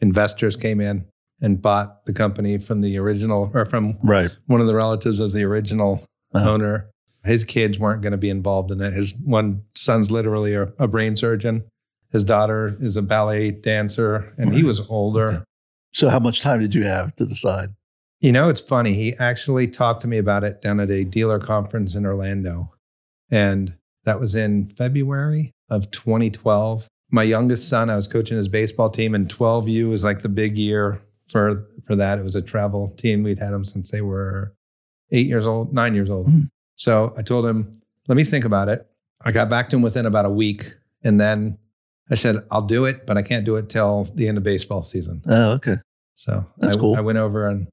S2: investors came in and bought the company from the original or from
S1: right.
S2: one of the relatives of the original
S1: Uh-huh.
S2: owner. His kids weren't going to be involved in it. His one son's literally a, a brain surgeon. His daughter is a ballet dancer, and he was older.
S1: Okay. So, how much time did you have to decide?
S2: You know, it's funny. He actually talked to me about it down at a dealer conference in Orlando. And that was in February of 2012. My youngest son, I was coaching his baseball team, and 12U was like the big year for, for that. It was a travel team. We'd had them since they were eight years old, nine years old.
S1: Hmm.
S2: So I told him, let me think about it. I got back to him within about a week. And then I said, I'll do it, but I can't do it till the end of baseball season.
S1: Oh, okay.
S2: So
S1: That's
S2: I,
S1: cool.
S2: I went over on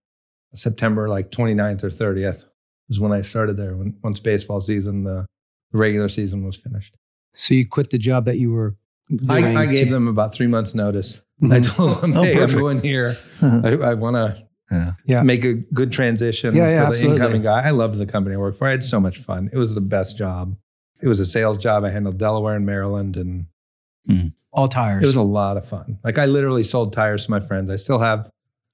S2: September like 29th or 30th was when I started there. When once baseball season, the regular season was finished.
S4: So you quit the job that you were.
S2: I,
S4: doing
S2: I gave
S4: to-
S2: them about three months notice. I told them,
S1: Oh,
S2: hey,
S1: perfect.
S2: everyone here, I, I want to
S1: Yeah.
S4: Yeah.
S2: make a good transition
S4: Yeah, yeah,
S2: for the
S4: absolutely.
S2: incoming guy. I loved the company I worked for. I had so much fun. It was the best job. It was a sales job. I handled Delaware and Maryland, and
S4: all tires.
S2: it was a lot of fun. Like I literally sold tires to my friends. I still have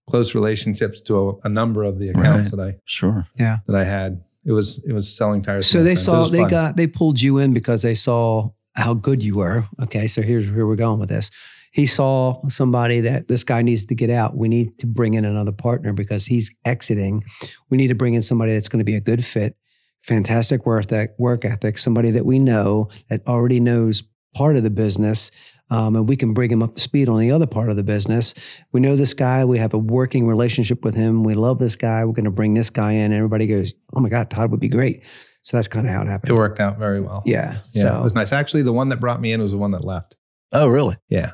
S2: close relationships to a, a number of the accounts that I
S1: Sure.
S2: that I had. It was it was selling tires. to
S4: so
S2: my
S4: they
S2: friends. It
S4: saw
S2: was
S4: they
S2: fun.
S4: got they pulled you in because they saw how good you were. Okay, so here's where we're going with this. He saw somebody that this guy needs to get out. We need to bring in another partner because he's exiting. We need to bring in somebody that's going to be a good fit, fantastic work ethic, work ethic, somebody that we know that already knows part of the business. Um, and we can bring him up to speed on the other part of the business. We know this guy. We have a working relationship with him. We love this guy. We're going to bring this guy in. And everybody goes, Oh my God, Todd would be great. So that's kind of how it happened.
S2: It worked out very well.
S4: Yeah.
S2: yeah, it
S4: So
S2: was nice. Actually, the one that brought me in was the one that left.
S1: Oh, really?
S2: Yeah,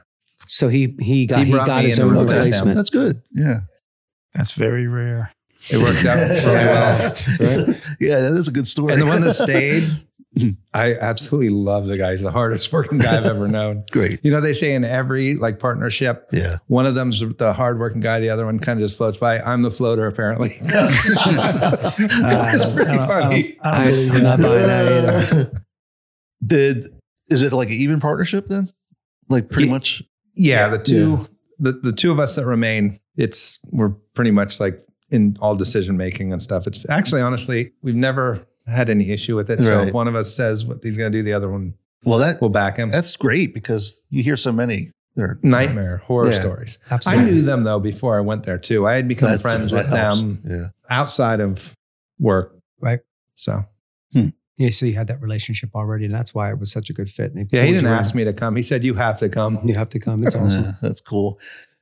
S4: so he he got
S2: He
S4: he,
S2: brought
S4: got
S2: me
S4: his
S2: in to
S4: own
S2: replace him.
S4: replacement.
S1: That's good. Yeah.
S6: That's very rare.
S2: it worked out really well.
S4: right.
S1: yeah, that is a good story.
S2: And the one that stayed, I absolutely love the guy. He's the hardest working guy I've ever known.
S1: Great.
S2: You know, they say in every like partnership,
S1: Yeah.
S2: one of them's the hardworking guy, the other one kind of just floats by. I'm the floater, apparently. it was
S3: I
S2: pretty
S3: don't- I
S2: funny.
S3: don't- I don't believe
S4: I'm not
S3: that.
S4: buying that either.
S1: Did is it like an even partnership then? Like pretty
S2: Yeah.
S1: much.
S2: yeah, the two the, the two of us that remain it's we're pretty much like in all decision making and stuff it's actually honestly we've never had any issue with it so
S1: Right.
S2: if one of us says what he's going to do the other one
S1: Well, that
S2: will back him
S1: that's great because you hear so many. They're
S2: nightmare horror
S1: Yeah.
S2: stories i
S4: Absolutely.
S2: knew them though before i went there too i had become
S1: That's-
S2: friends
S1: that
S2: with
S1: helps.
S2: them
S1: Yeah.
S2: outside of work
S4: Right.
S2: so
S4: Yeah. So you had that relationship already, and that's why it was such a good fit. And they
S2: yeah he
S4: pulled
S2: didn't
S4: you
S2: ask
S4: in.
S2: me to come he said you have to come
S4: You have to come. It's
S1: Yeah,
S4: awesome.
S1: that's cool.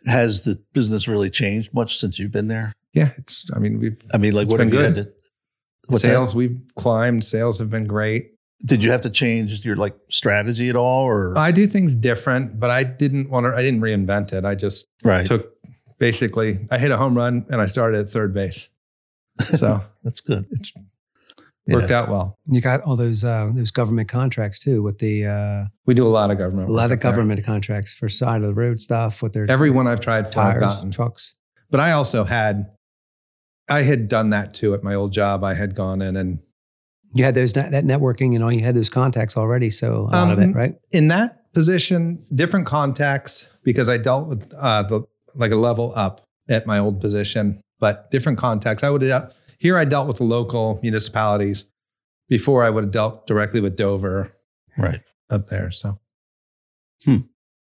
S1: Has the business really changed much since you've been there?
S2: yeah it's i mean we've
S1: I mean, like
S2: It's
S1: what
S2: been
S1: have you had
S2: good.
S1: to what's that?
S2: sales we've climbed sales have been great
S1: Did you have to change your like strategy at all or
S2: I do things different, but I didn't want to. I didn't reinvent it. I just
S1: right.
S2: took basically. I hit a home run and I started at third base, so
S1: That's good.
S2: it's
S1: Yeah.
S2: worked out well.
S4: You got all those uh, those government contracts too, with the uh,
S2: We do a lot of government.
S4: a lot of
S2: work up there.
S4: government contracts for side of the road stuff with their
S2: Everyone I've tried for, I've
S4: tires,
S2: gotten.
S4: trucks.
S2: But I also had, I had done that too at my old job. I had gone in and
S4: You had those that that networking and all. You had those contacts already, so a lot of
S2: Um,
S4: it, right?
S2: in that position, different contacts because I dealt with uh, the like a level up at my old position, but different contacts. I would have here I dealt with the local municipalities before I would have dealt directly with Dover
S1: Right.
S2: up there. So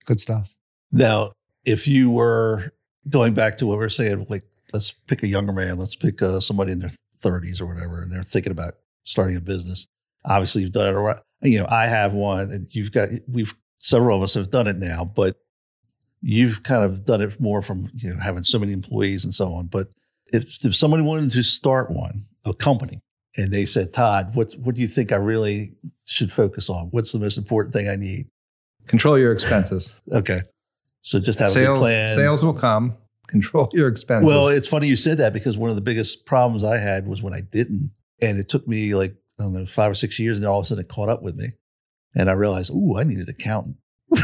S4: Good stuff.
S1: Now, if you were going back to what we are saying, like let's pick a younger man, let's pick uh, somebody in their 30s or whatever, and they're thinking about starting a business. Obviously, you've done it. Around, you know, I have one, and you've got we've several of us have done it now, but you've kind of done it more from you know having so many employees and so on. But if if somebody wanted to start one, a company, and they said, Todd, what's what do you think I really should focus on? What's the most important thing I need?
S2: control your expenses.
S1: Okay, so just have a good
S2: sales
S1: plan.
S2: sales will come control your expenses.
S1: Well, it's funny you said that because one of the biggest problems I had was when I didn't. And it took me like, I don't know, five or six years. And then all of a sudden it caught up with me. And I realized, ooh, I need an accountant.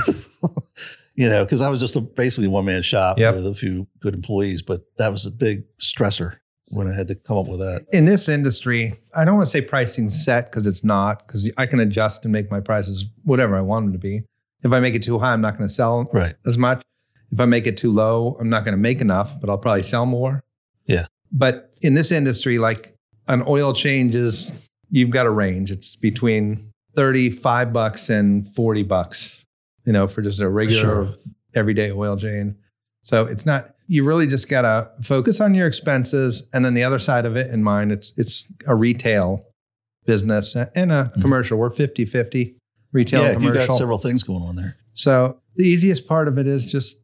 S1: you know, because I was just a, basically a one man shop
S2: Yep.
S1: with a few good employees. But that was a big stressor when I had to come up with that.
S2: in this industry, I don't want to say pricing's set because it's not, because I can adjust and make my prices whatever I want them to be. If I make it too high, I'm not going to sell
S1: Right.
S2: as much. If I make it too low, I'm not going to make enough, but I'll probably sell more.
S1: Yeah.
S2: But in this industry, like an oil change is, you've got a range. It's between 35 bucks and 40 bucks, you know, for just a regular
S1: Sure.
S2: everyday oil change. So it's not, you really just got to focus on your expenses. And then the other side of it in mind, it's, it's a retail business and a
S1: Mhm.
S2: commercial. We're 50 50 retail
S1: yeah,
S2: and commercial.
S1: you got several things going on there.
S2: So the easiest part of it is just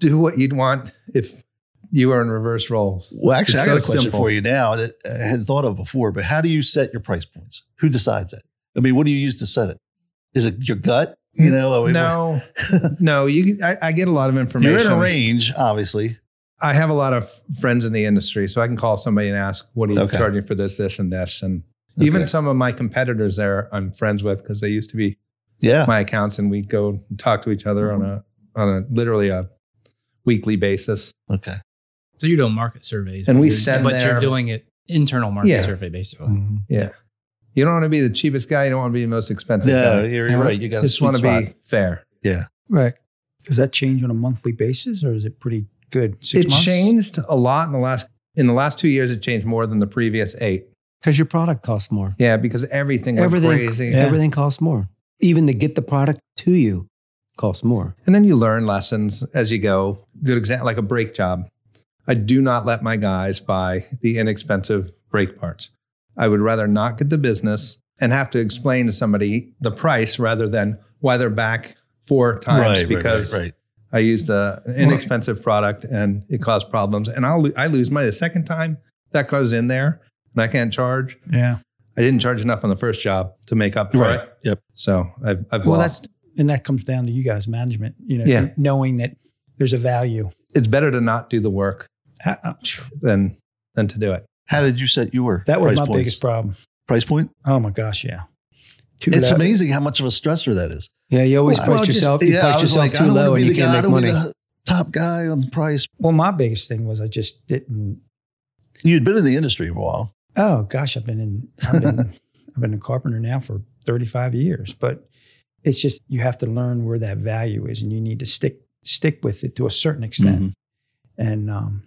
S2: do what you'd want if you were in reverse roles.
S1: Well, actually,
S2: It's
S1: I got
S2: so
S1: a question
S2: simple.
S1: for you now that I hadn't thought of before. But how do you set your price points? Who decides that? I mean, what do you use to set it? Is it your gut? You know, I mean,
S2: Mm, No, no, you. I, I get a lot of information.
S1: Oh, you're in a range, obviously.
S2: I have a lot of friends in the industry, so I can call somebody and ask, "What are you
S1: Okay.
S2: charging for this, this, and this?" And even
S1: Okay.
S2: some of my competitors there, I'm friends with because they used to be
S1: yeah,
S2: my accounts, and we go and talk to each other on a on a literally a weekly basis.
S1: okay,
S5: So you do market surveys,
S2: And
S5: but
S2: we
S5: you're-
S2: send
S5: but
S2: their-
S5: you're doing it internal market
S2: Yeah.
S5: survey basically.
S1: mm-hmm.
S2: You don't want to be the cheapest guy. You don't want to be the most expensive
S1: yeah,
S2: guy.
S1: you're right. You got
S2: just want to be fair.
S6: Right.
S3: Does that change on a monthly basis or is it pretty good? Six
S2: it
S6: months?
S2: changed a lot in the last in the last two years. It changed more than the previous eight.
S4: because your product costs more.
S2: Yeah, because everything went
S4: everything,
S2: crazy,
S6: Yeah.
S4: everything costs more. Even to get the product to you costs more.
S2: and then you learn lessons as you go. Good example, like a brake job. I do not let my guys buy the inexpensive brake parts. I would rather not get the business and have to explain to somebody the price rather than why they're back four times
S1: right, right,
S2: because
S1: right, right.
S2: I used a, an inexpensive product and it caused problems. And I'll lo- I lose money the second time that goes in there and I can't charge.
S6: Yeah.
S2: I didn't charge enough on the first job to make up for
S1: Right.
S2: it.
S1: Yep.
S2: So I've, I've
S3: Well,
S2: lost.
S3: that's and that comes down to you guys' management. You know,
S2: Yeah.
S3: knowing that there's a value.
S2: It's better to not do the work
S3: Uh, uh,
S2: than than to do it.
S1: How did you set your
S3: That was
S1: price
S3: my
S1: points?
S3: biggest problem.
S1: price point?
S3: Oh my gosh, yeah. Too
S1: It's
S3: low.
S1: amazing how much of a stressor that is.
S4: Yeah, you always
S1: Well,
S4: price
S1: well, just-
S4: yourself. you
S1: yeah, I
S4: price
S1: was
S4: yourself
S1: like, I
S4: too
S1: don't wanna
S4: low,
S1: be
S4: and you
S1: the guy- I
S4: can't make
S1: don't wanna
S4: money.
S1: be the top guy on the price.
S3: Well, my biggest thing was I just didn't.
S1: You'd been in the industry for a while.
S3: Oh gosh, I've been in. I've been, I've been a carpenter now for 35 years, but it's just you have to learn where that value is, and you need to stick stick with it to a certain extent.
S1: Mhm.
S3: And um,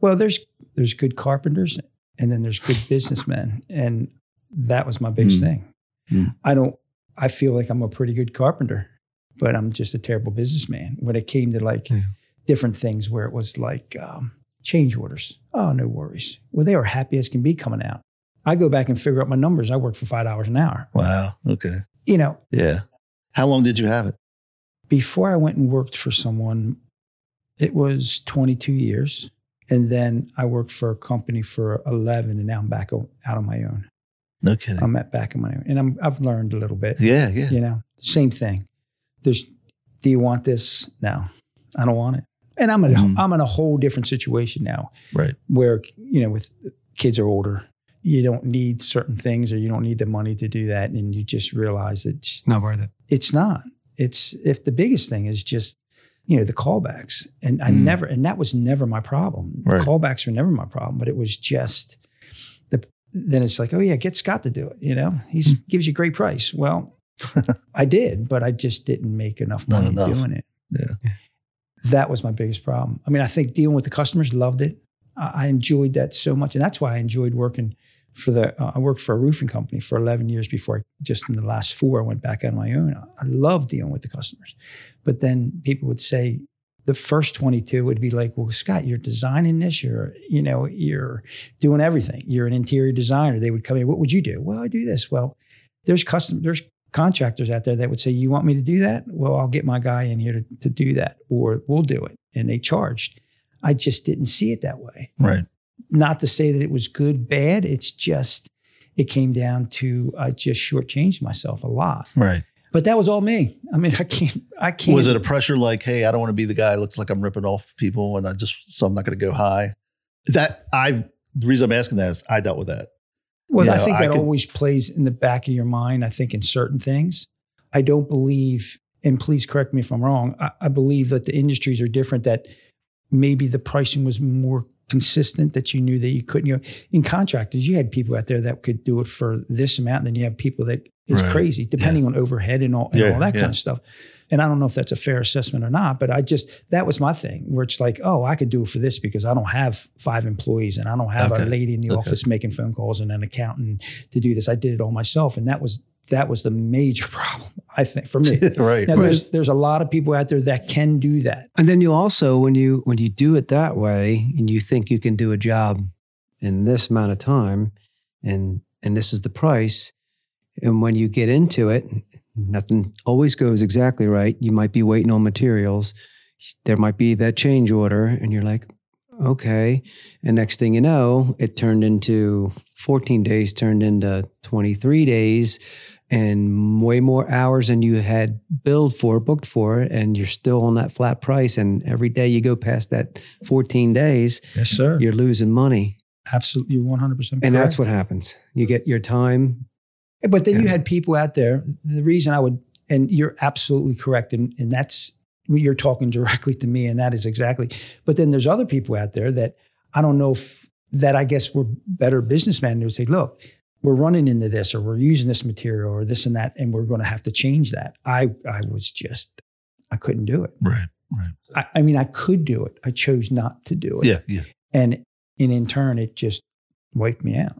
S3: well, there's there's good carpenters, and then there's good businessmen, and that was my biggest
S1: Mm.
S3: thing.
S1: Mm.
S3: I don't. I feel like I'm a pretty good carpenter, but I'm just a terrible businessman. When it came to like
S4: Yeah.
S3: different things, where it was like um, change orders. Oh, no worries. Well, they were happy as can be coming out. I go back and figure out my numbers. I work for five dollars an hour.
S1: Wow. Okay.
S3: You know,
S1: Yeah. How long did you have it?
S3: before I went and worked for someone, it was 22 years. And then I worked for a company for 11, and now I'm back o- out on my own.
S1: No kidding.
S4: Um,
S3: I'm at back on my own, and I'm, I've learned a little bit.
S1: yeah, yeah.
S3: You know, same thing. There's, do you want this? No, I don't want it. And I'm in,
S1: Mhm.
S3: a, I'm in a whole different situation now,
S1: Right.
S3: Where you know, with kids are older, you don't need certain things, or you don't need the money to do that, and you just realize that
S4: Not worth it.
S3: it's not it's if the biggest thing is just you know the callbacks and i
S1: Mm.
S3: never and that was never my problem
S1: Right.
S3: callbacks were never my problem but it was just the then it's like oh yeah get scott to do it you know he
S1: Hmm.
S3: gives you great price well i did but i just didn't make enough
S1: Not
S3: money
S1: enough.
S3: doing it
S1: Yeah.
S3: that was my biggest problem i mean i think dealing with the customers loved it i, I enjoyed that so much and that's why i enjoyed working for the uh, I worked for a roofing company for 11 years before I, just in the last four I went back on my own. I love dealing with the customers, but then people would say the first 22 would be like, well, Scott, you're designing this, you're you know you're doing everything. You're an interior designer. They would come in, what would you do? Well, I do this. Well, there's custom there's contractors out there that would say, you want me to do that? Well, I'll get my guy in here to, to do that, or we'll do it, and they charged. I just didn't see it that way
S1: Right.
S3: not to say that it was good, bad. It's just it came down to I just shortchanged myself a lot.
S1: Right.
S3: But that was all me. I mean, I can't. I can't.
S1: Was it a pressure like, hey, I don't want to be the guy who looks like I'm ripping off people and I just, so I'm not going to go high? That I've, the reason I'm asking that is I dealt with that.
S3: Well,
S1: you
S3: I
S1: know,
S3: think
S1: I
S3: that
S1: could-
S3: always plays in the back of your mind. I think in certain things, I don't believe, and please correct me if I'm wrong. I, I believe that the industries are different. That maybe the pricing was more consistent. That you knew that you couldn't. You know, in contractors, you had people out there that could do it for this amount, and then you have people that it's
S1: Right.
S3: crazy depending on overhead and all and
S1: Yeah,
S3: all that
S1: yeah.
S3: kind of stuff. And I don't know if that's a fair assessment or not, but I just that was my thing where it's like, oh, I could do it for this because I don't have five employees and I don't have
S1: Okay.
S3: a lady in the
S1: Okay.
S3: office making phone calls and an accountant to do this. I did it all myself, and that was that was the major problem I think for me.
S1: right.
S3: Now,
S1: right.
S3: there's there's a lot of people out there that can do that.
S4: And then you also, when you when you do it that way, and you think you can do a job in this amount of time, and and this is the price, and when you get into it, nothing always goes exactly right. You might be waiting on materials. There might be that change order, and you're like, okay. And next thing you know, it turned into 14 days, turned into 23 days, and way more hours than you had billed for, booked for, and you're still on that flat price. And every day you go past that 14 days,
S3: Yes, sir.
S4: you're losing money.
S3: Absolutely, you're 100 percent.
S4: And that's what happens. You get your time.
S3: But then you
S4: Yeah.
S3: had people out there. The reason I would, and you're absolutely correct, and, and that's you're talking directly to me, and that is exactly. But then there's other people out there that I don't know if that I guess were better businessmen who would say, look, we're running into this, or we're using this material, or this and that, and we're going to have to change that. I I was just I couldn't do it.
S1: Right.
S3: I, I mean, I could do it. I chose not to do it.
S1: Yeah. Yeah.
S3: And and in turn, it just wiped me out.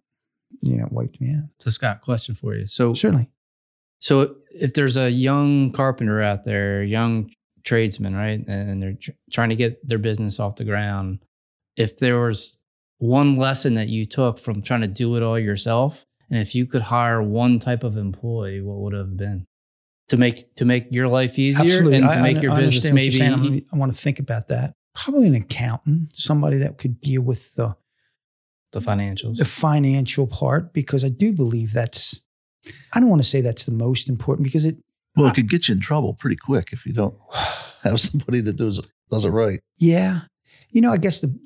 S3: You know, wiped me out.
S5: So Scott, question for you. So
S3: Certainly.
S5: So if there's a young carpenter out there, young tradesman, right, and they're tr- trying to get their business off the ground, if there was one lesson that you took from trying to do it all yourself, and if you could hire one type of employee, what would it have been to make to make your life easier and to make your business
S3: understand what you're
S5: maybe?
S3: saying. I'm- I want to think about that. Probably an accountant, somebody that could deal with the
S5: the financials.
S3: the financial part, because I do believe that's. I don't want to say that's the most important because it.
S1: Well, it could get you in trouble pretty quick if you don't have somebody that does, does it right.
S3: Yeah, you know, I guess the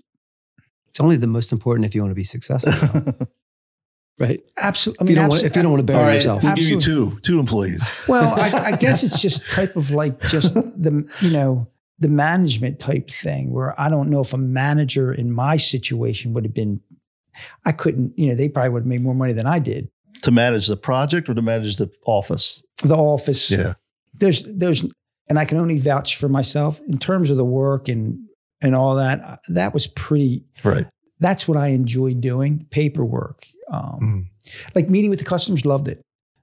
S4: It's only the most important if you want to be successful. right.
S3: absolute. I
S4: If
S3: mean,
S4: you don't want,
S3: abso-
S4: if you don't want to bury
S1: All right.
S4: yourself.
S1: We'll give you two, two employees.
S3: Well, I, I guess it's just type of like just the you know the management type thing where I don't know if a manager in my situation would have been. I couldn't, you know, they probably would have made more money than I did.
S1: to manage the project or to manage the office.
S3: The office,
S1: Yeah.
S3: there's there's and I can only vouch for myself in terms of the work and and all that. uh, That was pretty.
S1: Right.
S3: That's what I enjoyed doing. Paperwork,
S4: Mm.
S3: um, like meeting with the customers, loved it.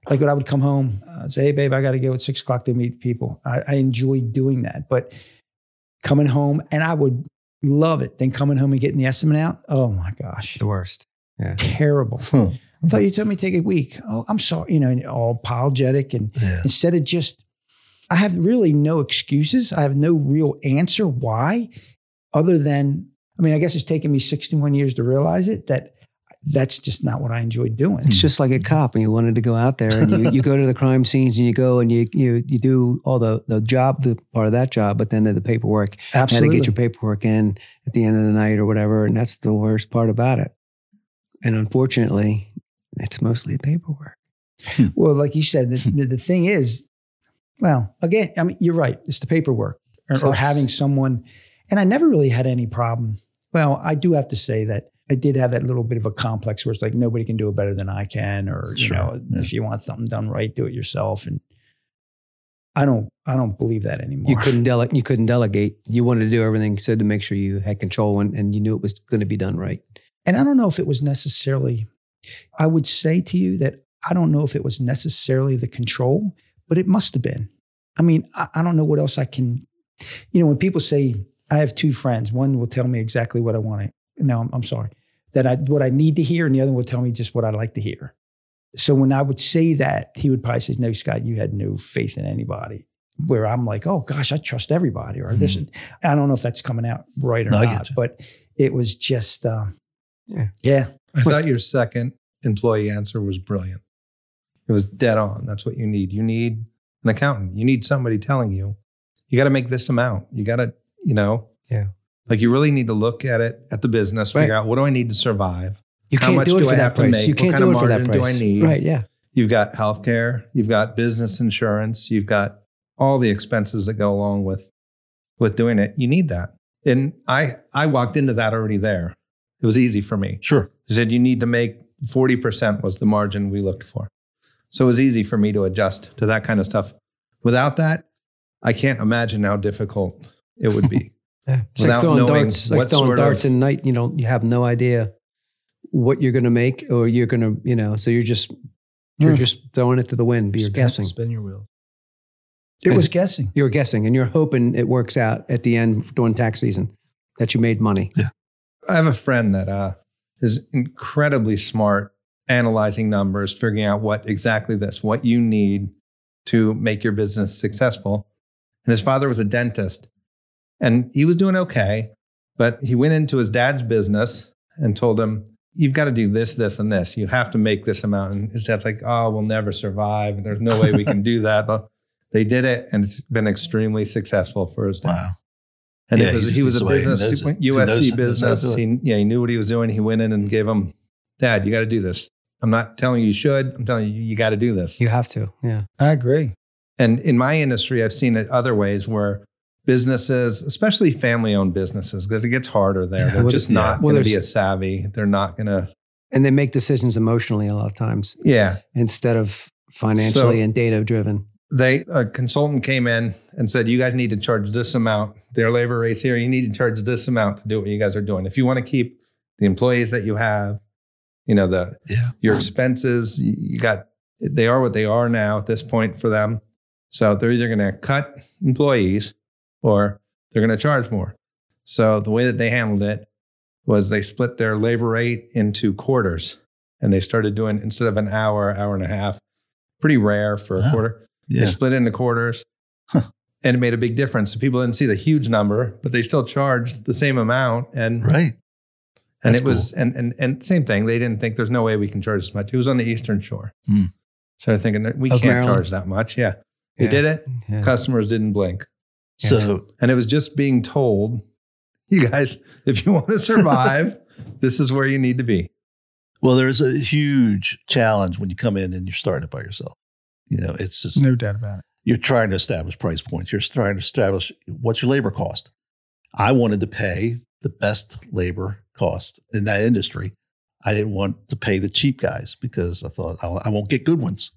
S3: Like when I would come home, uh, say, "Hey, babe, I got to go at six o'clock to meet people." I, I enjoyed doing that, but coming home and I would love it. Then coming home and getting the estimate out. Oh my gosh,
S4: The worst.
S3: terrible!
S1: Huh.
S3: I thought you told me to take a week. Oh, I'm sorry. You know, and all apologetic and
S1: Yeah.
S3: instead of just i have really no excuses i have no real answer why other than i mean i guess it's taken me 61 years to realize it that that's just not what i enjoyed doing
S4: It's just like a cop and you wanted to go out there and you, you go to the crime scenes and you go and you you you do all the, the job, the part of that job, but then the paperwork. You had to get your paperwork in at the end of the night or whatever. And that's the worst part about it. And unfortunately, it's mostly paperwork. Hmm.
S3: well like you said the, the- the thing is well again i mean you're right it's the paperwork or, or
S4: Sucks.
S3: having someone and i never really had any problem well i do have to say that i did have that little bit of a complex where it's like nobody can do it better than i can or you
S1: Sure,
S3: know
S1: yeah.
S3: if you want something done right do it yourself and i don't i don't believe that anymore
S4: You couldn't dele- you couldn't delegate. You wanted to do everything so to make sure you had control and, and you knew it was going to be done right.
S3: and I don't know if it was necessarily, I would say to you that I don't know if it was necessarily the control, but it must have been. I mean, I, I don't know what else I can, you know, when people say, I have two friends, one will tell me exactly what I want to, no, I'm, I'm sorry, that I, what I need to hear, and the other will tell me just what I like to hear. So when I would say that, he would probably say, No, Scott, you had no faith in anybody. Where I'm like, oh gosh, I trust everybody, or this. I don't know if that's coming out right or
S1: No, I get
S3: not,
S1: you.
S3: but it was just, um, yeah.
S2: I thought your second employee answer was brilliant. It was dead on. That's what you need. You need an accountant. You need somebody telling you you got to make this amount. You got to, you know,
S4: Yeah.
S2: like you really need to look at it at the business,
S4: Right.
S2: figure out what do I need to survive.
S4: You
S2: How
S4: can't
S2: much
S4: do it
S2: do
S4: for
S2: I have
S4: that
S2: to
S4: price.
S2: make?
S4: You
S2: What
S4: can't
S2: kind
S4: do
S2: of
S4: it for that
S2: margin do
S4: price.
S2: I need?
S4: Right. Yeah.
S2: You've got healthcare, you've got business insurance, you've got all the expenses that go along with with doing it. You need that. And I I walked into that already there. It was easy for me.
S1: Sure.
S2: They said you need to make 40% was the margin we looked for. So it was easy for me to adjust to that kind of stuff. Without that, I can't imagine how difficult it would be.
S4: Yeah. It's
S2: Without
S4: like throwing
S2: knowing
S4: darts, like
S2: what
S4: throwing
S2: sort
S4: darts
S2: of-
S4: in night. You don't, you have no idea what you're going to make, or you're going to, you know. So you're just, you're
S3: Hmm.
S4: just throwing it to the wind. But you're
S5: Spin-
S4: guessing.
S5: Spin your wheel.
S3: It
S4: And-
S3: was guessing.
S4: You're guessing, and you're hoping it works out at the end during tax season that you made money.
S2: I have a friend that uh, is incredibly smart analyzing numbers, figuring out what exactly this, what you need to make your business successful. And his father was a dentist and he was doing okay, but he went into his dad's business and told him, You've got to do this, this, and this. You have to make this amount. And his dad's like, Oh, we'll never survive. There's no way we can do that. But they did it and it's been extremely successful for his dad.
S1: Wow.
S2: And
S1: Yeah,
S2: it was,
S1: he
S2: he,
S1: just
S2: was
S1: is
S2: a
S1: the way he
S2: business,
S1: knows
S2: he
S1: it.
S2: went
S1: He knows- knows how
S2: USC
S1: to
S2: business.
S1: do it.
S2: He, yeah, he knew what he was doing. He went in and gave him, Dad, you got to do this. I'm not telling you you should. I'm telling you, you got to do this.
S4: You have to. Yeah.
S3: I agree.
S2: And in my industry, I've seen it other ways where businesses, especially family owned businesses, because it gets harder there.
S1: Yeah.
S2: They're
S1: Well,
S2: just
S1: there's-
S2: not
S4: well,
S2: going to
S4: there's-
S2: be as savvy. They're not going to,
S4: And they make decisions emotionally a lot of times
S2: yeah.
S4: instead of financially and data driven.
S2: They, a consultant came in and said, You guys need to charge this amount. Their labor rates here, you need to charge this amount to do what you guys are doing. If you want to keep the employees that you have, you know, the,
S1: Yeah.
S2: your expenses you, you got they are what they are now at this point for them so they're either going to cut employees or they're going to charge more so the way that they handled it was they split their labor rate into quarters and they started doing instead of an hour hour and a half pretty rare for a
S1: Wow.
S2: quarter
S1: Yeah.
S2: they split into quarters
S1: Huh.
S2: and it made a big difference so people didn't see the huge number but they still charged the same amount and
S1: Right.
S2: and
S1: That's
S2: it was and and and same thing. They didn't think there's no way we can charge as much. It was on the Eastern Shore,
S1: Hmm.
S2: so they're thinking that we
S4: Of
S2: can't
S4: Maryland?
S2: charge that much. Yeah, they
S4: Yeah.
S2: did it.
S4: Yeah.
S2: Customers didn't blink,
S1: cool. So
S2: and it was just being told, "You guys, if you want to survive, this is where you need to be."
S1: well, there's a huge challenge when you come in and you're starting it by yourself. You know, it's just
S6: No doubt about it.
S1: you're trying to establish price points. You're trying to establish what's your labor cost. I wanted to pay the best labor cost in that industry. I didn't want to pay the cheap guys because I thought I'll, I won't get good ones.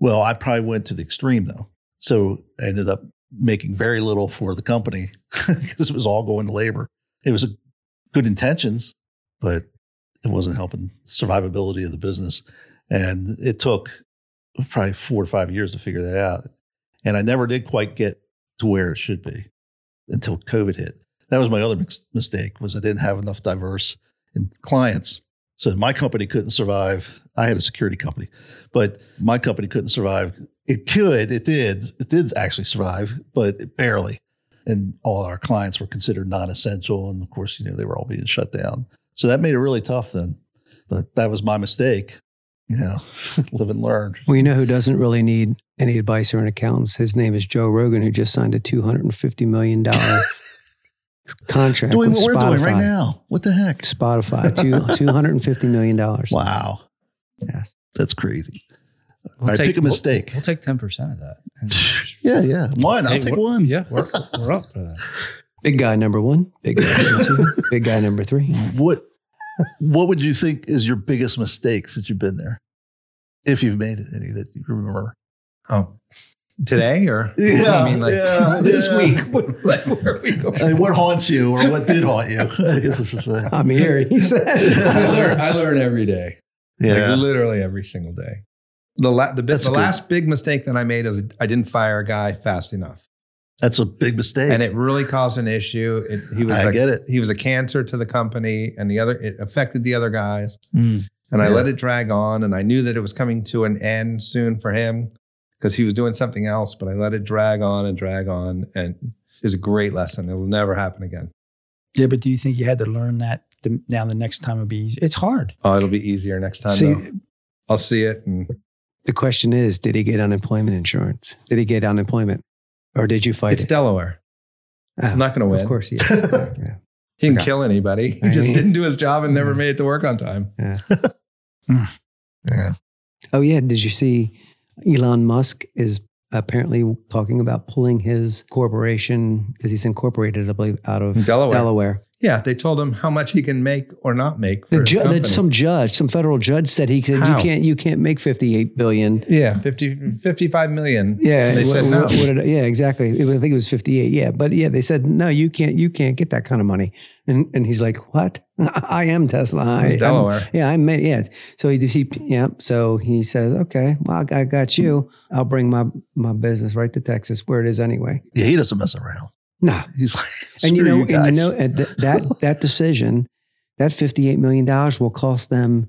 S1: Well, I probably went to the extreme though. So I ended up making very little for the company because it was all going to labor. It was a, good intentions, but it wasn't helping survivability of the business. And it took probably four to five years to figure that out and I never did quite get to where it should be until COVID hit. That was my other mix- mistake was I didn't have enough diverse in- clients. So my company couldn't survive. I had a security company, but my company couldn't survive. It could, it did, it did actually survive, but barely. And all our clients were considered non-essential, and of course, you know they were all being shut down. So that made it really tough then. But that was my mistake. You know, live and learn.
S4: Well, you know who doesn't really need any advice or an accountant? His name is Joe Rogan, who just signed a $250 million contract
S1: doing
S4: with
S1: what we're
S4: Spotify.
S1: doing right now. What the heck?
S4: Spotify, two, $250 million.
S1: Wow,
S4: Yes.
S1: that's crazy.
S5: We'll
S1: I
S5: take-
S1: pick a
S5: we'll-
S1: mistake.
S5: We'll take 10% of that. And-
S1: yeah, yeah. One.
S5: Hey,
S1: I'll take
S5: we're-
S1: one.
S5: Yeah, we're, we're up for that.
S4: Big guy number one, big guy number two, big guy number three.
S1: What What would you think is your biggest mistake since you've been there, if you've made any that you remember?
S2: Oh, today or
S1: Yeah, yeah,
S2: this
S1: yeah.
S2: week? What- like, where are we going?
S1: I mean, what haunts you, or what did haunt you? I guess it's just like,
S4: I'm here. He
S2: I
S4: said,
S2: learn, I learn every day. Like
S1: yeah,
S2: literally every single day. The la- the, bit,
S1: That's
S2: the
S1: good.
S2: last big mistake that I made is I didn't fire a guy fast enough,
S1: that's a big mistake.
S2: and it really caused an issue. It, he was
S1: I
S2: like,
S1: get it.
S2: he was a cancer to the company, and the other it affected the other guys,
S1: Mm,
S2: and I
S1: Yeah.
S2: let it drag on, and I knew that it was coming to an end soon for him because he was doing something else, but I let it drag on and drag on, and is a great lesson. It will never happen again.
S3: Yeah, but do you think you had to learn that the, now the next time it'd be easy? It's hard.
S2: Oh, it'll be easier next time.
S4: See-
S2: though. I'll see it, and
S4: the question is, did he get unemployment insurance? Did he get unemployment? Or did you fight
S2: It's
S4: it?
S2: Delaware.
S4: Oh,
S2: I'm not going to win.
S4: Of course, yeah. yeah.
S2: He didn't
S4: Forgot.
S2: kill anybody. He
S4: I
S2: just
S4: mean-
S2: didn't do his job and never
S4: Mm.
S2: made it to work on time.
S1: Yeah.
S4: Oh yeah, did you see Elon Musk is apparently talking about pulling his corporation because he's incorporated, I believe, out of
S2: In Delaware.
S4: Delaware.
S2: Yeah, they told him how much he can make or not make. For
S4: The
S2: his
S4: ju-
S2: company.
S4: that some judge, some federal judge said he said
S2: How?
S4: you can't you can't make 58 billion.
S2: yeah, 50, 55 million.
S4: Yeah,
S2: And they
S4: wha-
S2: said
S4: wha-
S2: no.
S4: what did I- yeah, exactly. It was- I think it was 58. Yeah, but yeah, they said no, you can't you can't get that kind of money. And and he's like, "What? I am Tesla.
S2: It
S4: I,
S2: was
S4: I'm-
S2: Delaware.
S4: Yeah, I meant yeah. So he, he yeah. So he says, okay, well, I got you. I'll bring my my business right to Texas, where it is anyway.
S1: Yeah, he doesn't mess around.
S4: No,
S1: He's like,
S4: and you
S1: "Screw
S4: know, and
S1: guys."
S4: you know, and th- that that decision, that fifty eight million dollars will cost them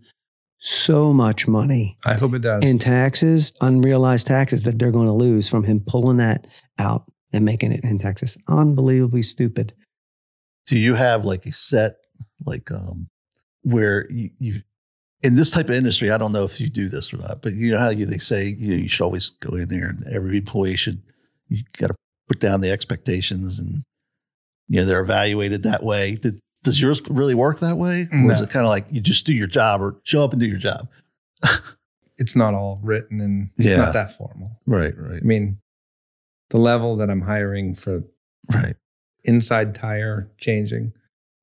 S4: so much money
S2: I hope it does.
S4: in taxes, unrealized taxes that they're going to lose from him pulling that out and making it in Texas. Unbelievably stupid.
S1: do you have like a set like um where you, you in this type of industry i don't know if you do this or not but you know how you they say you, you should always go in there and every employee should you got to put down the expectations and you know they're evaluated that way Did, does yours really work that way or is
S2: No.
S1: it kind of like you just do your job or show up and do your job
S2: it's not all written and it's
S1: Yeah.
S2: not that formal.
S1: right right
S2: I mean, the level that I'm hiring for
S1: right
S2: inside tire changing,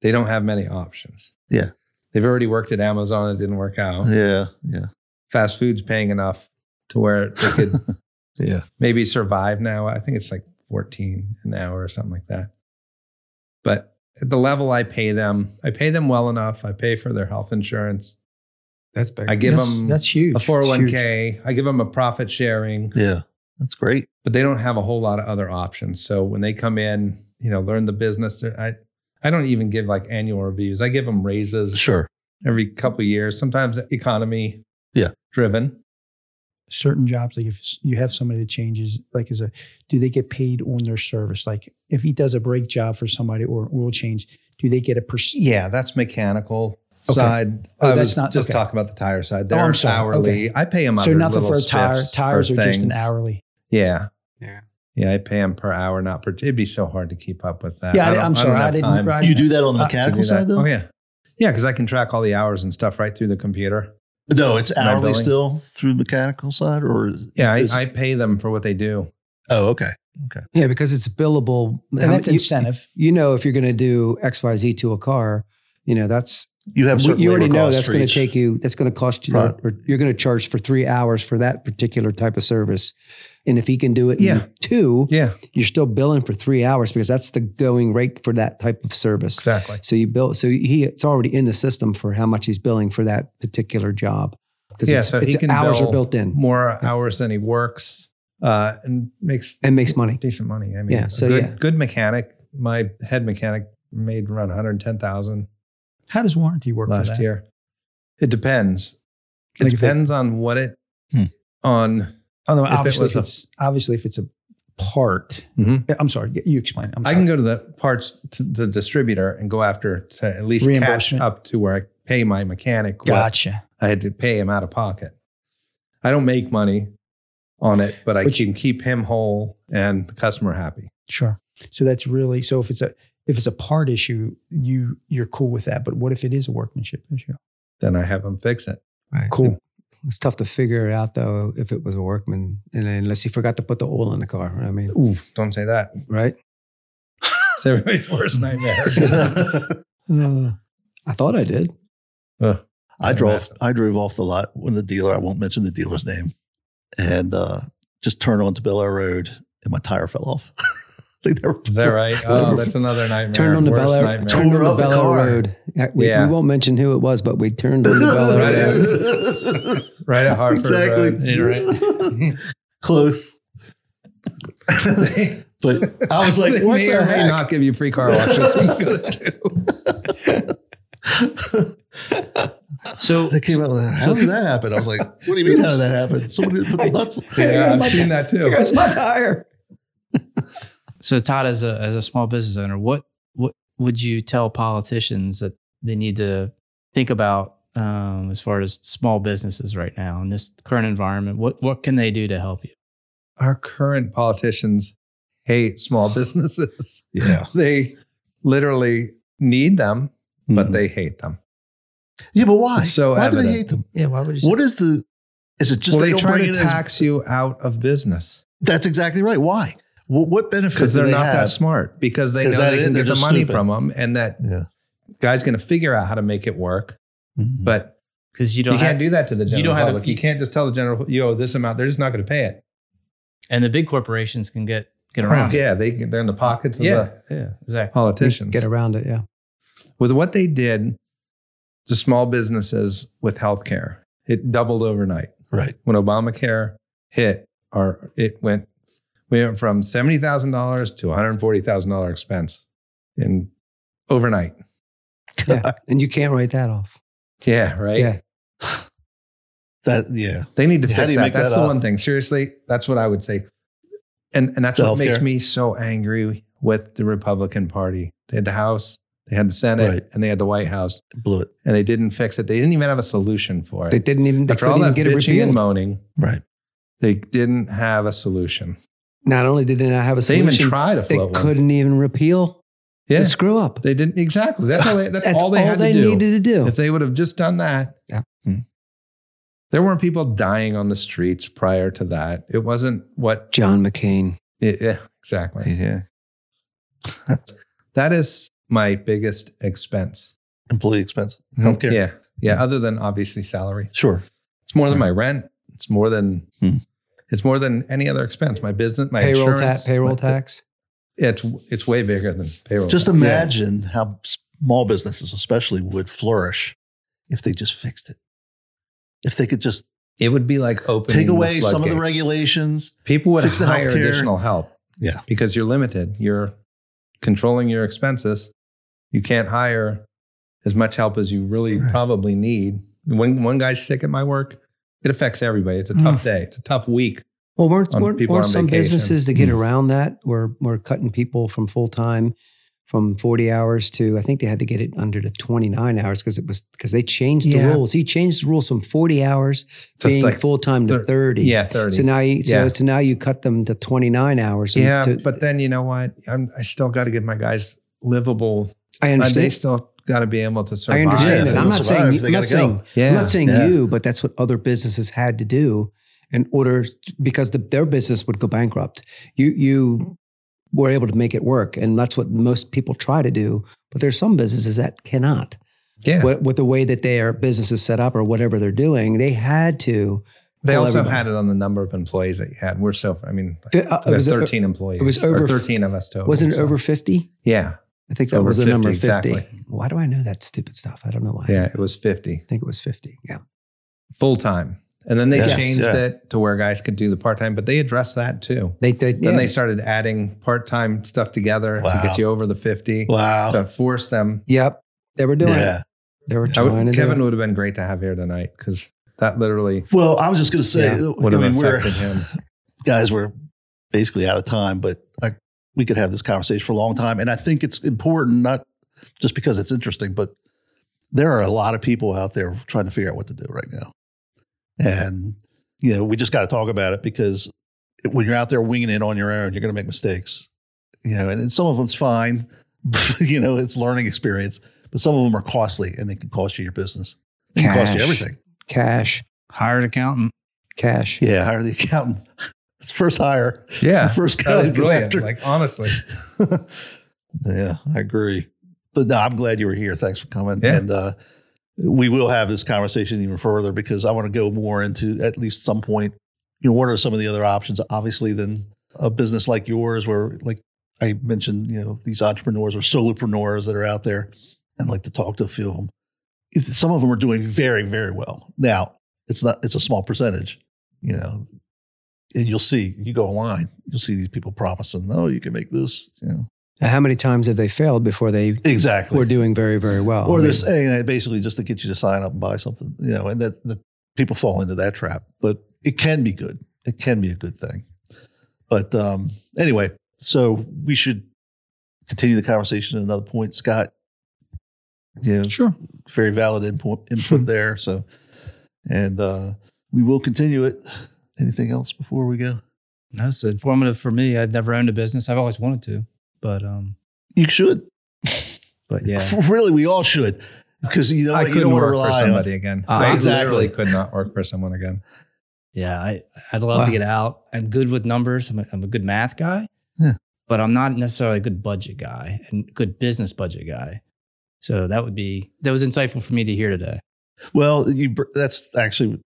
S2: they don't have many options.
S1: Yeah.
S2: They've already worked at Amazon. It didn't work out.
S1: yeah yeah
S2: Fast food's paying enough to where they could
S1: yeah
S2: maybe survive now. I think it's like 14 an hour or something like that. But at the level I pay them, I pay them well enough. I pay for their health insurance,
S6: That's big.
S2: I give
S3: that's,
S2: them
S3: that's huge.
S2: a
S3: It's
S2: 401k. I give them a profit sharing,
S1: yeah that's great
S2: but they don't have a whole lot of other options. So when they come in, you know, learn the business, they're- I I don't even give like annual reviews. I give them raises
S1: sure
S2: every couple of years, sometimes economy
S1: Yeah.
S2: driven.
S3: certain jobs like if you have somebody that changes like is a do they get paid on their service like if he does a brake job for somebody or an oil change do they get a percent
S2: Yeah, that's mechanical
S3: Okay.
S2: side.
S3: Oh,
S2: I
S3: that's
S2: was
S3: not-
S2: just
S3: okay.
S2: talking about the tire side.
S3: Oh,
S2: They're
S3: I'm sorry.
S2: hourly.
S3: Okay.
S2: I pay them.
S3: so
S2: under
S3: nothing
S2: little
S3: for a tire
S2: spiffs
S3: tires
S2: or
S3: are just an
S2: things.
S3: hourly
S2: Yeah.
S4: Yeah.
S2: Yeah, I pay them per hour, not per. It'd be so hard to keep up with that.
S3: yeah
S2: I
S3: I
S2: don't-
S3: am
S2: I don't
S3: sorry
S2: have
S3: i didn't
S2: time
S3: I-
S1: you do that on the
S3: Uh, to
S2: to do
S1: mechanical
S2: that.
S1: side though
S2: Oh yeah, yeah, because I can track all the hours and stuff right through the computer.
S1: no it's
S2: My
S1: hourly
S2: billing.
S1: still through mechanical side or is-
S2: Yeah,
S1: is-
S2: I, I pay them for what they do.
S1: oh okay
S4: Yeah, because it's billable.
S3: and that's
S4: you,
S3: incentive
S4: you know, if you're going to do X Y Z to a car, you know that's
S1: You have certain
S4: you already
S1: labor
S4: know
S1: costs
S4: that's
S1: for
S4: going to
S1: each-
S4: take you that's going to cost you
S1: Right.
S4: or you're going to charge for three hours for that particular type of service and if he can do it
S2: Yeah.
S4: in two
S2: Yeah,
S4: you're still billing for three hours because that's the going rate for that type of service
S2: exactly.
S4: so you bill so he it's already in the system for how much he's billing for that particular job because
S2: Yeah,
S4: it's,
S2: so he
S4: it's
S2: can
S4: hours
S2: bill
S4: are built in
S2: More hours than he works, uh, and makes
S4: and makes money
S2: decent money. I mean,
S4: Yeah,
S2: a
S4: so
S2: good,
S4: yeah.
S2: good mechanic. My head mechanic made around one hundred ten thousand
S3: how does warranty work for
S2: last
S3: that?
S2: year. It depends. It
S3: Like if they-
S2: depends on what it
S1: Hmm.
S2: on.
S3: Although
S2: If it
S3: obviously,
S2: was
S3: if
S2: a-
S3: it's, obviously, if it's a part,
S2: Mhm.
S3: I'm sorry, y- you explain. it. I'm
S2: I
S3: sorry.
S2: can go to the parts to the distributor and go after to at least catch
S3: Reimbursement.
S2: up to where I pay my mechanic. what
S3: Gotcha.
S2: I had to pay him out of pocket. I don't make money on it, but I
S3: Which-
S2: can keep him whole and the customer happy.
S3: Sure. So that's really so. If it's a if it's a part issue, you you're cool with that. But what if it is a workmanship issue?
S2: Then I have him fix it.
S3: Cool.
S4: it's tough to figure it out though if it was a workman and unless he forgot to put the oil in the car i mean
S2: Ooh, don't say that.
S4: right
S2: It's everybody's worst nightmare.
S4: i thought i did
S1: I
S2: Yeah,
S1: drove
S2: Matt.
S1: I drove off the lot when the dealer I won't mention the dealer's name and uh, just turned onto Bel Air Road and my tire fell off. they never
S2: Is that right? Oh, that's another nightmare.
S4: turned on the Bel
S2: Worst
S4: Air,
S2: nightmare.
S1: Tore
S4: turned on
S1: up
S4: the
S1: the
S4: Bel Air
S1: car.
S4: Road. Yeah, We,
S2: Yeah.
S4: we won't mention who it was, but we turned on the Bel Air Road.
S1: Right.
S2: right at Hartford.
S1: exactly.
S2: Road.
S5: Yeah,
S1: right. Close.
S2: They-
S1: but I was like,
S2: they
S1: what
S2: may
S1: the
S2: or may
S1: heck?
S2: not give you free car washes. You go to-
S5: So
S1: They came out with, how
S5: So-
S1: did that happen? I was like, what do you mean how did that happen? Somebody put the nuts.
S2: yeah, I've seen that too.
S4: my tire.
S5: So Todd, as a as a small business owner, what what would you tell politicians that they need to think about um, as far as small businesses right now in this current environment? What what can they do to help you?
S2: Our current politicians hate small businesses.
S1: Yeah.
S2: They literally need them, but
S1: Mm-hmm.
S4: Mhm.
S2: they hate them.
S1: Yeah, but why?
S2: It's so
S1: why do
S2: evident.
S1: they hate them?
S7: Yeah, why would you?
S1: What is the? Is it just
S2: well,
S1: they,
S2: they,
S1: don't
S2: try
S1: bring
S2: to
S1: it as-
S2: tax you out of business
S1: That's exactly right. Why? What, what benefit?
S2: because
S1: do
S2: they're
S1: they
S2: not that
S1: have?
S2: smart because they
S1: Is
S2: know
S1: that
S2: they
S1: it?
S2: can
S1: They're
S2: get the
S1: just
S2: money
S1: stupid.
S2: from them and that
S1: Yeah.
S2: guy's going to figure out how to make it work.
S1: Mhm.
S2: But
S7: Because you
S2: you,
S7: don't.
S2: can't
S7: have,
S2: do that to the
S5: you
S2: general
S5: don't have the-
S2: public. you can't just tell the general, you owe this amount. They're just not going to pay it.
S5: and the big corporations can get get around. it.
S2: Oh, Yeah, they they're in the pockets of
S5: yeah,
S2: the
S5: yeah, exactly.
S2: politicians.
S4: Get around it. Yeah.
S2: With what they did to small businesses with healthcare, it doubled overnight.
S1: Right.
S2: When Obamacare hit, or it went, we went from seventy thousand dollars to one hundred forty thousand dollar expense in overnight.
S4: yeah. And you can't write that off.
S2: Yeah, right.
S4: Yeah.
S1: That yeah.
S2: They need to
S1: How do
S2: fix
S1: you
S2: that.
S1: make
S2: That's
S1: that
S2: the
S1: up?
S2: one thing. Seriously, that's what I would say. And and that's
S1: The
S2: what makes
S1: healthcare.
S2: me so angry with the Republican Party. They had the House, they had the Senate,
S1: Right.
S2: and they had the White House,
S1: Blew it.
S2: and they didn't fix it. They didn't even have a solution for it.
S4: They didn't even, they
S2: After all
S4: couldn't
S2: that
S4: even get it
S2: bitching and
S4: repealed.
S2: moaning,
S1: Right.
S2: they didn't have a solution.
S4: Not only did they not have a
S2: They even
S4: solution,
S2: tried to
S4: they
S2: float one.
S4: couldn't even repeal
S2: Yeah,
S4: the screw up.
S2: they didn't exactly. That's all they. That's,
S4: That's
S2: all they had to do.
S4: needed to do.
S2: If they would have just done that,
S4: Yeah.
S1: Hmm.
S2: there weren't people dying on the streets prior to that. It wasn't what.
S4: John McCain.
S2: Yeah, yeah exactly.
S1: Yeah.
S2: That is my biggest expense.
S1: Employee expense, healthcare.
S2: Mm-hmm. Yeah. Yeah. Other than obviously salary.
S1: Sure.
S2: It's more than my rent. It's more than
S1: Hmm.
S2: it's more than any other expense. My business, my
S4: payroll
S2: insurance,
S4: tax. Payroll
S2: my-
S4: tax.
S2: It's it's way bigger than payroll.
S1: Just
S2: tax.
S1: imagine how small businesses, especially, would flourish if they just fixed it. If they could just
S2: It would be like opening
S1: take away
S2: the
S1: some of the
S2: floodgates.
S1: regulations.
S2: People would
S1: Fix the
S2: hire
S1: healthcare.
S2: additional help.
S1: Yeah.
S2: Because you're limited. You're controlling your expenses. You can't hire as much help as you really
S1: Right.
S2: probably need. When one guy's sick at my work, it affects everybody. It's a tough
S4: Mm.
S2: day. It's a tough week.
S4: Well, weren't,
S2: on
S4: weren't,
S2: people
S4: weren't
S2: on
S4: some
S2: vacation. Hmm.
S4: businesses to get around that were, were cutting people from full time from 40 hours to, I think they had to get it under to 29 hours because it was, because they changed the
S2: Yeah.
S4: rules. He changed the rules from 40 hours
S2: To
S4: being
S2: like
S4: full time to
S2: thir-
S4: 30.
S2: Yeah, 30.
S4: So now you, so,
S2: Yeah.
S4: so now you cut them to 29 hours. and
S2: yeah,
S4: to-
S2: but then you know what? I'm, I still got to give my guys livable.
S4: I
S2: uh, They
S4: understand.
S2: still got to be able to survive.
S4: I
S1: Yeah, if
S4: understand
S1: they
S4: that. I'm
S1: don't
S4: not
S1: survive,
S4: saying,
S1: they
S4: I'm not
S1: gotta go.
S4: saying,
S2: Yeah.
S4: I'm not saying
S1: Yeah.
S4: you, but that's what other businesses had to do in order because the, their business would go bankrupt. You you were able to make it work, and that's what most people try to do. But there's some businesses that cannot.
S2: yeah.
S4: With, with the way that their business is set up or whatever they're doing, they had to.
S2: they
S4: pull
S2: also
S4: everybody.
S2: had it on the number of employees that you had. We're so, I mean, like,
S4: The- uh,
S2: we
S4: it
S2: had
S4: was-
S2: 13 employees.
S4: it was
S2: or
S4: over-
S2: 13 of us total.
S4: Wasn't it
S2: so-
S4: over fifty?
S2: Yeah.
S4: I think that
S2: Over
S4: was the number
S2: 50,
S4: fifty.
S2: exactly.
S4: Why do I know that stupid stuff? I don't know why.
S2: Yeah. It was 50
S4: I think it was fifty. Yeah.
S2: full time. And then they
S1: Yes,
S2: changed
S1: yeah.
S2: it to where guys could do the part time, but they addressed that too.
S4: They, they
S2: Then
S4: yeah.
S2: they started adding part time stuff together
S1: Wow.
S2: to get you over the 50
S1: Wow.
S2: to force them
S4: Yep. They were doing
S1: yeah.
S4: it. They were
S2: I
S4: trying
S2: would,
S4: to do
S2: Kevin
S4: it.
S2: would have been great to have here tonight because that literally
S1: Well, I was just going to say, uh,
S4: Yeah,
S2: would
S1: I
S2: have
S1: mean, we're
S2: affected him.
S1: guys, we're basically out of time, but I, we could have this conversation for a long time. And I think it's important, not just because it's interesting, but there are a lot of people out there trying to figure out what to do right now. And, you know, we just got to talk about it because when you're out there winging it on your own, you're going to make mistakes, you know, and, and some of them's fine, you know, it's learning experience, but some of them are costly and they can cost you your business. They can cost you
S4: Cash.
S1: everything.
S4: cash,
S6: Hired accountant.
S4: cash.
S1: Yeah, hire the accountant. It's first hire.
S2: Yeah.
S1: first
S2: That
S1: guy
S2: was
S1: to go
S2: brilliant.
S1: after.
S2: Like honestly,
S1: yeah, I agree. But no, I'm glad you were here. Thanks for coming.
S2: Yeah.
S1: And uh, we will have this conversation even further because I want to go more into at least some point. You know, what are some of the other options? Obviously, than a business like yours, where like I mentioned, you know, these entrepreneurs or solopreneurs that are out there, and like to talk to a few of them. If- Some of them are doing very, very well. Now, it's not. It's a small percentage. You know, and you'll see. You go online, you'll see these people promising, "Oh, you can make this." You know,
S4: How many times have they failed before they
S1: exactly.
S4: were doing very, very well?
S1: or
S4: I
S1: they're
S4: mean,
S1: saying that basically just to get you to sign up and buy something, you know, and that, that people fall into that trap. But it can be good. It can be a good thing. But um, anyway, so we should continue the conversation at another point. Scott, you know,
S2: sure.
S1: very valid input, input there. So, and uh, we will continue it. Anything else before we go?
S5: That's informative for me. I've never owned a business. I've always wanted to, but um,
S1: You should.
S5: but yeah.
S1: really, we all should. Because you know
S2: I
S1: what? you don't
S2: couldn't
S1: want to
S2: work for
S1: rely on
S2: somebody again.
S5: Ah,
S2: I
S1: exactly.
S2: literally could not work for someone again.
S5: Yeah, I, I'd love
S4: Wow.
S5: to get out. I'm good with numbers. I'm a, I'm a good math guy,
S1: Yeah.
S5: but I'm not necessarily a good budget guy and good business budget guy. So that would be that was insightful for me to hear today.
S1: Well, you br- that's actually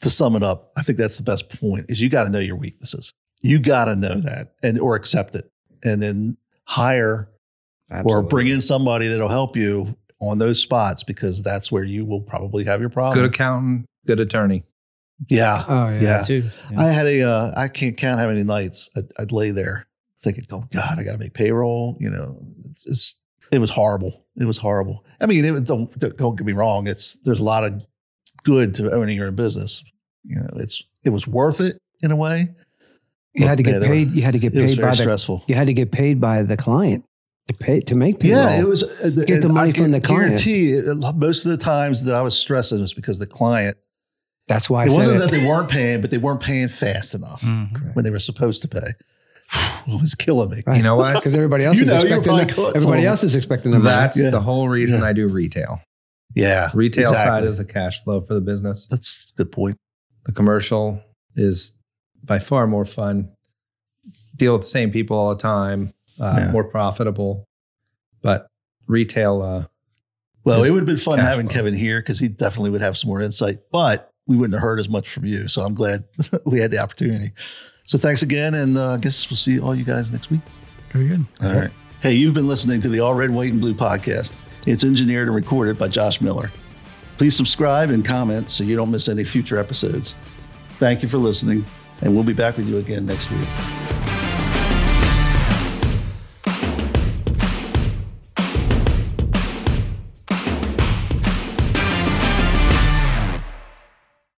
S1: to sum it up. I think that's the best point is you got to know your weaknesses. You got to know that and or accept it and then hire or bring in somebody that'll help you on those spots because that's where you will probably have your problem.
S2: Good accountant, good attorney.
S1: Yeah.
S4: Oh
S1: Yeah.
S5: too.
S1: I had a, uh, I can't count how many nights I'd, I'd lay there thinking, oh God, I got to make payroll. You know, it's, it's, it was horrible. It was horrible. I mean, it, was- don't, don't don't get me wrong. It's, there's a lot of good to owning your own business. You know, it's, it was worth it in a way.
S4: You had to
S1: Yeah,
S4: get
S1: they were-
S4: paid. You had to get
S1: It was
S4: paid
S1: very
S4: by the.
S1: stressful.
S4: You had to get paid by the client to pay to make payroll.
S1: Yeah, it was. Uh,
S4: Get the
S1: and
S4: money
S1: I
S4: from the
S1: can
S4: client.
S1: Guarantee it, uh, most of the times that I was stressing was because the client.
S4: That's why I
S1: it
S4: said
S1: wasn't
S4: it.
S1: that
S4: Mm.
S1: they weren't paying, but they weren't paying fast enough
S5: Mm-hmm.
S1: when they were supposed to pay. it was killing me.
S4: Right.
S2: You know what?
S4: because everybody else
S1: You
S4: is
S1: know, you're
S4: expecting
S1: probably
S4: that-
S1: caught
S4: everybody
S1: someone.
S4: else is expecting them.
S2: That's
S1: Yeah.
S2: the whole reason I do retail.
S1: Yeah,
S2: Retail side
S1: Exactly.
S2: is the cash flow for the business.
S1: that's a good point.
S2: The commercial is by far more fun. Deal with the same people all the time. Uh,
S1: Yeah.
S2: More profitable, but retail. Uh,
S1: Well,
S2: Just
S1: it would have been fun
S2: cash
S1: having
S2: flow.
S1: Kevin here because he definitely would have some more insight, but we wouldn't have heard as much from you. So I'm glad we had the opportunity. So thanks again. And uh, I guess we'll see all you guys next week.
S6: Very good.
S1: All right. Hey, you've been listening to the All Red, White, and Blue podcast. It's engineered and recorded by Josh Miller. Please subscribe and comment so you don't miss any future episodes. Thank you for listening, and we'll be back with you again next week.